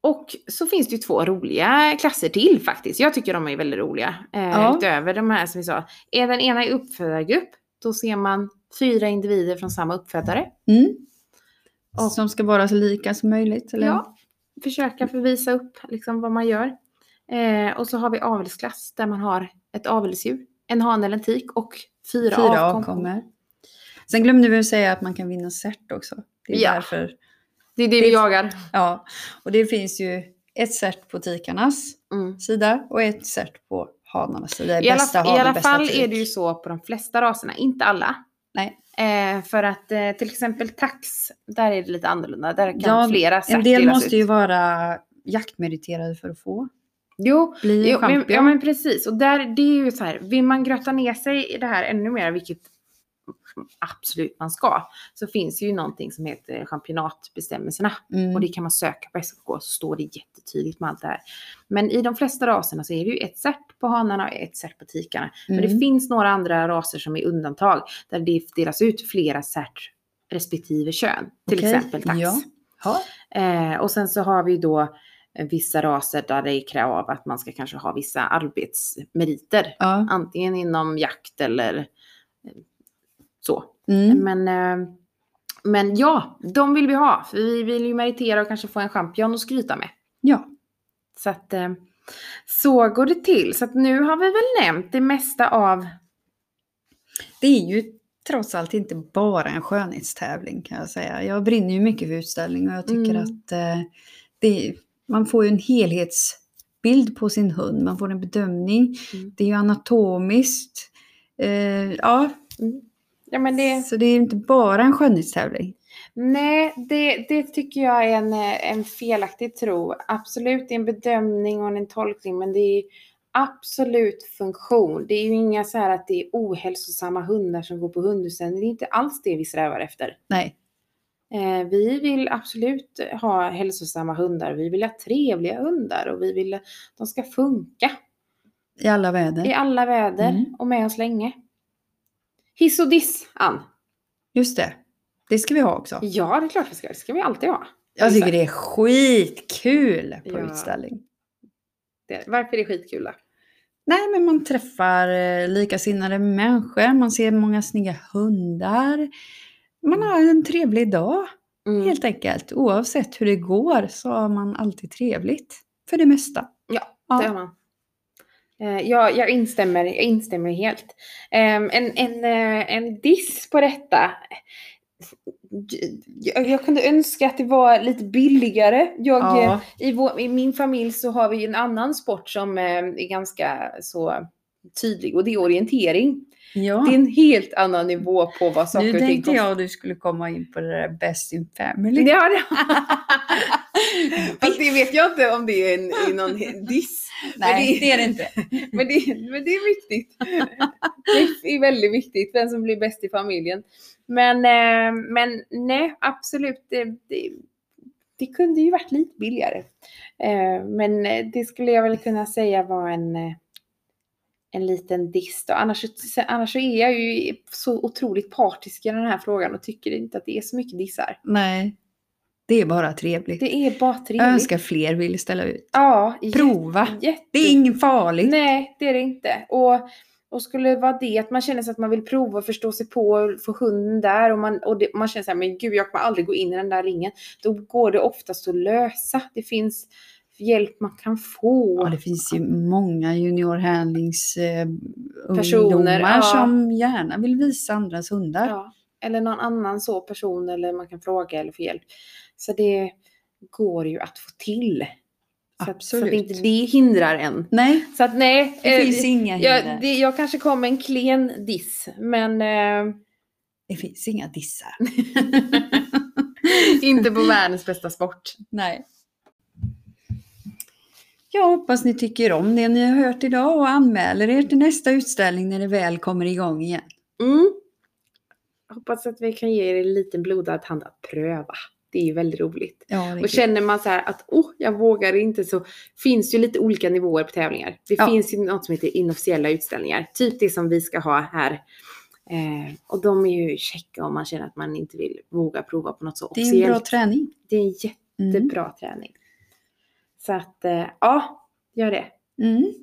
[SPEAKER 3] Och så finns det ju två roliga klasser till faktiskt. Jag tycker de är väldigt roliga. Eh,
[SPEAKER 2] Ja.
[SPEAKER 3] Utöver de här som vi sa. Är den ena i uppfödargrupp, då ser man fyra individer från samma uppfödare.
[SPEAKER 2] Mm.
[SPEAKER 3] Och-
[SPEAKER 2] Som ska vara så lika som möjligt. Eller?
[SPEAKER 3] Ja, försöka få visa upp liksom vad man gör. Eh, och så har vi avelsklass där man har ett avelsdjur, en hane eller en tik och fyra,
[SPEAKER 2] Fyra
[SPEAKER 3] avkommor.
[SPEAKER 2] avkommor. Sen glömde vi att säga att man kan vinna cert också. Det är
[SPEAKER 3] Ja.
[SPEAKER 2] därför.
[SPEAKER 3] Det är det vi jagar.
[SPEAKER 2] Ja, och det finns ju ett cert på tikarnas
[SPEAKER 3] Mm.
[SPEAKER 2] sida och ett cert på hanarnas sida.
[SPEAKER 3] I alla,
[SPEAKER 2] Bästa hane,
[SPEAKER 3] I alla
[SPEAKER 2] bästa
[SPEAKER 3] fall
[SPEAKER 2] tik.
[SPEAKER 3] är det ju så på de flesta raserna, inte alla.
[SPEAKER 2] Nej.
[SPEAKER 3] Eh, för att eh, till exempel tax, där är det lite annorlunda. Där kan
[SPEAKER 2] Ja,
[SPEAKER 3] flera
[SPEAKER 2] En
[SPEAKER 3] cert
[SPEAKER 2] del
[SPEAKER 3] delas
[SPEAKER 2] måste
[SPEAKER 3] ut.
[SPEAKER 2] ju vara jaktmeriterade för att få.
[SPEAKER 3] Jo,
[SPEAKER 2] Bli
[SPEAKER 3] jo
[SPEAKER 2] en
[SPEAKER 3] men,
[SPEAKER 2] champion.
[SPEAKER 3] ja men precis. Och där, det är ju så här, vill man gröta ner sig i det här ännu mer, vilket absolut man ska, så finns ju någonting som heter championatbestämmelserna.
[SPEAKER 2] Mm.
[SPEAKER 3] Och det kan man söka på SKK så står det jättetydligt med allt det här. Men i de flesta raserna så är det ju ett cert på hanarna och ett cert på tikarna. Men det
[SPEAKER 2] Mm.
[SPEAKER 3] finns några andra raser som är undantag där det delas ut flera cert respektive kön. Till
[SPEAKER 2] Okej,
[SPEAKER 3] exempel tax.
[SPEAKER 2] ja. Ja.
[SPEAKER 3] Eh, och sen så har vi då eh, vissa raser där det är krav av att man ska kanske ha vissa arbetsmeriter.
[SPEAKER 2] Ja.
[SPEAKER 3] Antingen inom jakt eller eh, så.
[SPEAKER 2] Mm.
[SPEAKER 3] Men, eh, men ja, de vill vi ha. För vi vill ju meritera och kanske få en champion att skryta med.
[SPEAKER 2] ja.
[SPEAKER 3] Så att eh, så går det till. Så att nu har vi väl nämnt det mesta av
[SPEAKER 2] Det är ju trots allt inte bara en skönhetstävling kan jag säga. Jag brinner ju mycket för utställning och jag tycker
[SPEAKER 3] Mm.
[SPEAKER 2] att eh, det, man får ju en helhetsbild på sin hund. Man får en bedömning.
[SPEAKER 3] Mm.
[SPEAKER 2] Det är ju anatomiskt. Eh, ja,
[SPEAKER 3] Ja men det,
[SPEAKER 2] så det är ju inte bara en skönhetstävling.
[SPEAKER 3] nej det, det tycker jag är en, eh, en felaktig tro. Absolut det är en bedömning och en tolkning men det är absolut funktion. Det är ju inga så här att det är ohälsosamma hundar som går på hundhusen. Det är inte alls det vi strävar efter.
[SPEAKER 2] Nej.
[SPEAKER 3] Eh, vi vill absolut ha hälsosamma hundar. Vi vill ha trevliga hundar och vi vill att de ska funka
[SPEAKER 2] I alla väder.
[SPEAKER 3] i alla väder
[SPEAKER 2] Mm.
[SPEAKER 3] och med oss länge. Hiss och diss, Ann.
[SPEAKER 2] Just det. Det ska vi ha också.
[SPEAKER 3] Ja, det är klart vi ska. Det ska vi alltid ha.
[SPEAKER 2] Jag
[SPEAKER 3] just
[SPEAKER 2] tycker det är skitkul på
[SPEAKER 3] Ja.
[SPEAKER 2] utställning.
[SPEAKER 3] Det, varför är det skitkul då?
[SPEAKER 2] Nej, men man träffar eh, likasinnade människor, man ser många snygga hundar. Man har en trevlig dag
[SPEAKER 3] Mm.
[SPEAKER 2] helt enkelt. Oavsett hur det går så har man alltid trevligt. För det mesta.
[SPEAKER 3] Ja,
[SPEAKER 2] ja.
[SPEAKER 3] Det har man. Eh, Jag, jag, instämmer, jag instämmer helt. Ehm, En, en, eh, en diss på detta. Jag, jag kunde önska att det var lite billigare. Jag, eh,
[SPEAKER 2] Ja.
[SPEAKER 3] I, vår, I min familj så har vi ju en annan sport som eh, är ganska så tydlig och det är orientering.
[SPEAKER 2] ja.
[SPEAKER 3] Det är en helt annan nivå på vad saker
[SPEAKER 2] Nu
[SPEAKER 3] och ting
[SPEAKER 2] tänkte
[SPEAKER 3] kostar.
[SPEAKER 2] jag att du skulle komma in på det där Best in Family.
[SPEAKER 3] Ja, det... Fast det vet jag inte om det är en, är någon diss.
[SPEAKER 2] Nej,
[SPEAKER 3] det-
[SPEAKER 2] det är det inte.
[SPEAKER 3] Men det, men det är viktigt. Det är väldigt viktigt, vem som blir bäst i familjen. Men, eh, men nej, absolut. Det, det, det kunde ju varit lite billigare. Eh, Men eh, det skulle jag väl kunna säga var en, eh, en liten diss då. Annars, så- annars så är jag ju så otroligt partisk i den här frågan och tycker inte att det är så mycket dissar.
[SPEAKER 2] Nej, det är bara trevligt.
[SPEAKER 3] Det är bara
[SPEAKER 2] jag
[SPEAKER 3] trevligt.
[SPEAKER 2] önskar fler ville ställa ut.
[SPEAKER 3] Ja,
[SPEAKER 2] Prova.
[SPEAKER 3] jätte- jätte-
[SPEAKER 2] Det är inget farligt.
[SPEAKER 3] Nej, det är det inte. Och, och skulle det vara det att man känner sig att man vill prova och förstå sig på och få hunden där och man, och det, man känner så här, men gud jag kommer aldrig gå in i den där ringen. Då går det oftast att lösa. Det finns hjälp man kan få.
[SPEAKER 2] Ja, det finns ju många juniorhandlingsungdomar
[SPEAKER 3] Personer, ja.
[SPEAKER 2] som gärna vill visa andras hundar.
[SPEAKER 3] Ja, eller någon annan så person eller man kan fråga eller få hjälp. Så det går ju att få till. Så att, så att
[SPEAKER 2] Absolut.
[SPEAKER 3] inte det hindrar en.
[SPEAKER 2] Nej,
[SPEAKER 3] Så att nej.
[SPEAKER 2] det
[SPEAKER 3] eh,
[SPEAKER 2] finns inga hinder.
[SPEAKER 3] jag,
[SPEAKER 2] det...
[SPEAKER 3] det, jag kanske kom med en klen diss, men eh,
[SPEAKER 2] finns inga dissar.
[SPEAKER 3] Mm. inte på världens bästa sport.
[SPEAKER 2] Nej. Jag hoppas ni tycker om det ni har hört idag och anmäler er till nästa utställning när det väl kommer igång igen.
[SPEAKER 3] Mm. Hoppas att vi kan ge er en liten blodad hand att pröva. Det är ju väldigt roligt.
[SPEAKER 2] Ja, det är
[SPEAKER 3] Och
[SPEAKER 2] kul.
[SPEAKER 3] känner man så här att oh, jag vågar inte så finns ju lite olika nivåer på tävlingar. Det
[SPEAKER 2] Ja.
[SPEAKER 3] finns ju något som heter inofficiella utställningar. Typ det som vi ska ha här. Eh, och de är ju checka om man känner att man inte vill våga prova på något så
[SPEAKER 2] det är en bra
[SPEAKER 3] officiellt.
[SPEAKER 2] träning.
[SPEAKER 3] Det är en jätte
[SPEAKER 2] Mm.
[SPEAKER 3] jättebra träning. Så att eh, ja, gör det.
[SPEAKER 2] Mm.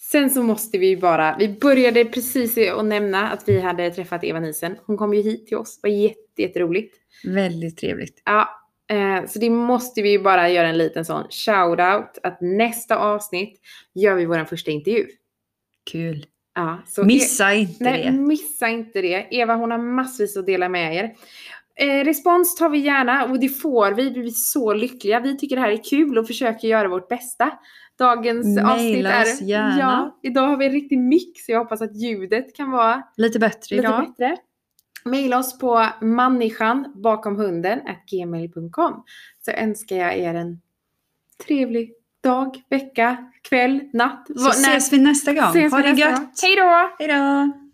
[SPEAKER 3] Sen så måste vi ju bara, vi började precis i att nämna att vi hade träffat Eva Nisen. Hon kom ju hit till oss, det var jätte, jätteroligt.
[SPEAKER 2] Väldigt trevligt.
[SPEAKER 3] Ja, eh, så det måste vi ju bara göra en liten sån shout-out att nästa avsnitt gör vi vår första intervju.
[SPEAKER 2] Kul.
[SPEAKER 3] Ja, så
[SPEAKER 2] Missa inte
[SPEAKER 3] e- Nej,
[SPEAKER 2] det.
[SPEAKER 3] missa inte det. Eva hon har massvis att dela med er. Eh, respons tar vi gärna och det får vi. Vi blir så lyckliga. Vi tycker det här är kul och försöker göra vårt bästa. Dagens
[SPEAKER 2] Maila
[SPEAKER 3] avsnitt är...
[SPEAKER 2] oss gärna.
[SPEAKER 3] Ja, idag har vi en riktig mix så jag hoppas att ljudet kan vara
[SPEAKER 2] Lite bättre
[SPEAKER 3] lite
[SPEAKER 2] idag.
[SPEAKER 3] bättre. Maila oss på människan bakom hunden gmail.com så önskar jag er en trevlig dag, vecka, kväll, natt.
[SPEAKER 2] Så ses vi nästa gång.
[SPEAKER 3] Ses vi
[SPEAKER 2] ha det
[SPEAKER 3] nästa
[SPEAKER 2] gött!
[SPEAKER 3] gång. Hej då!
[SPEAKER 2] Hej då!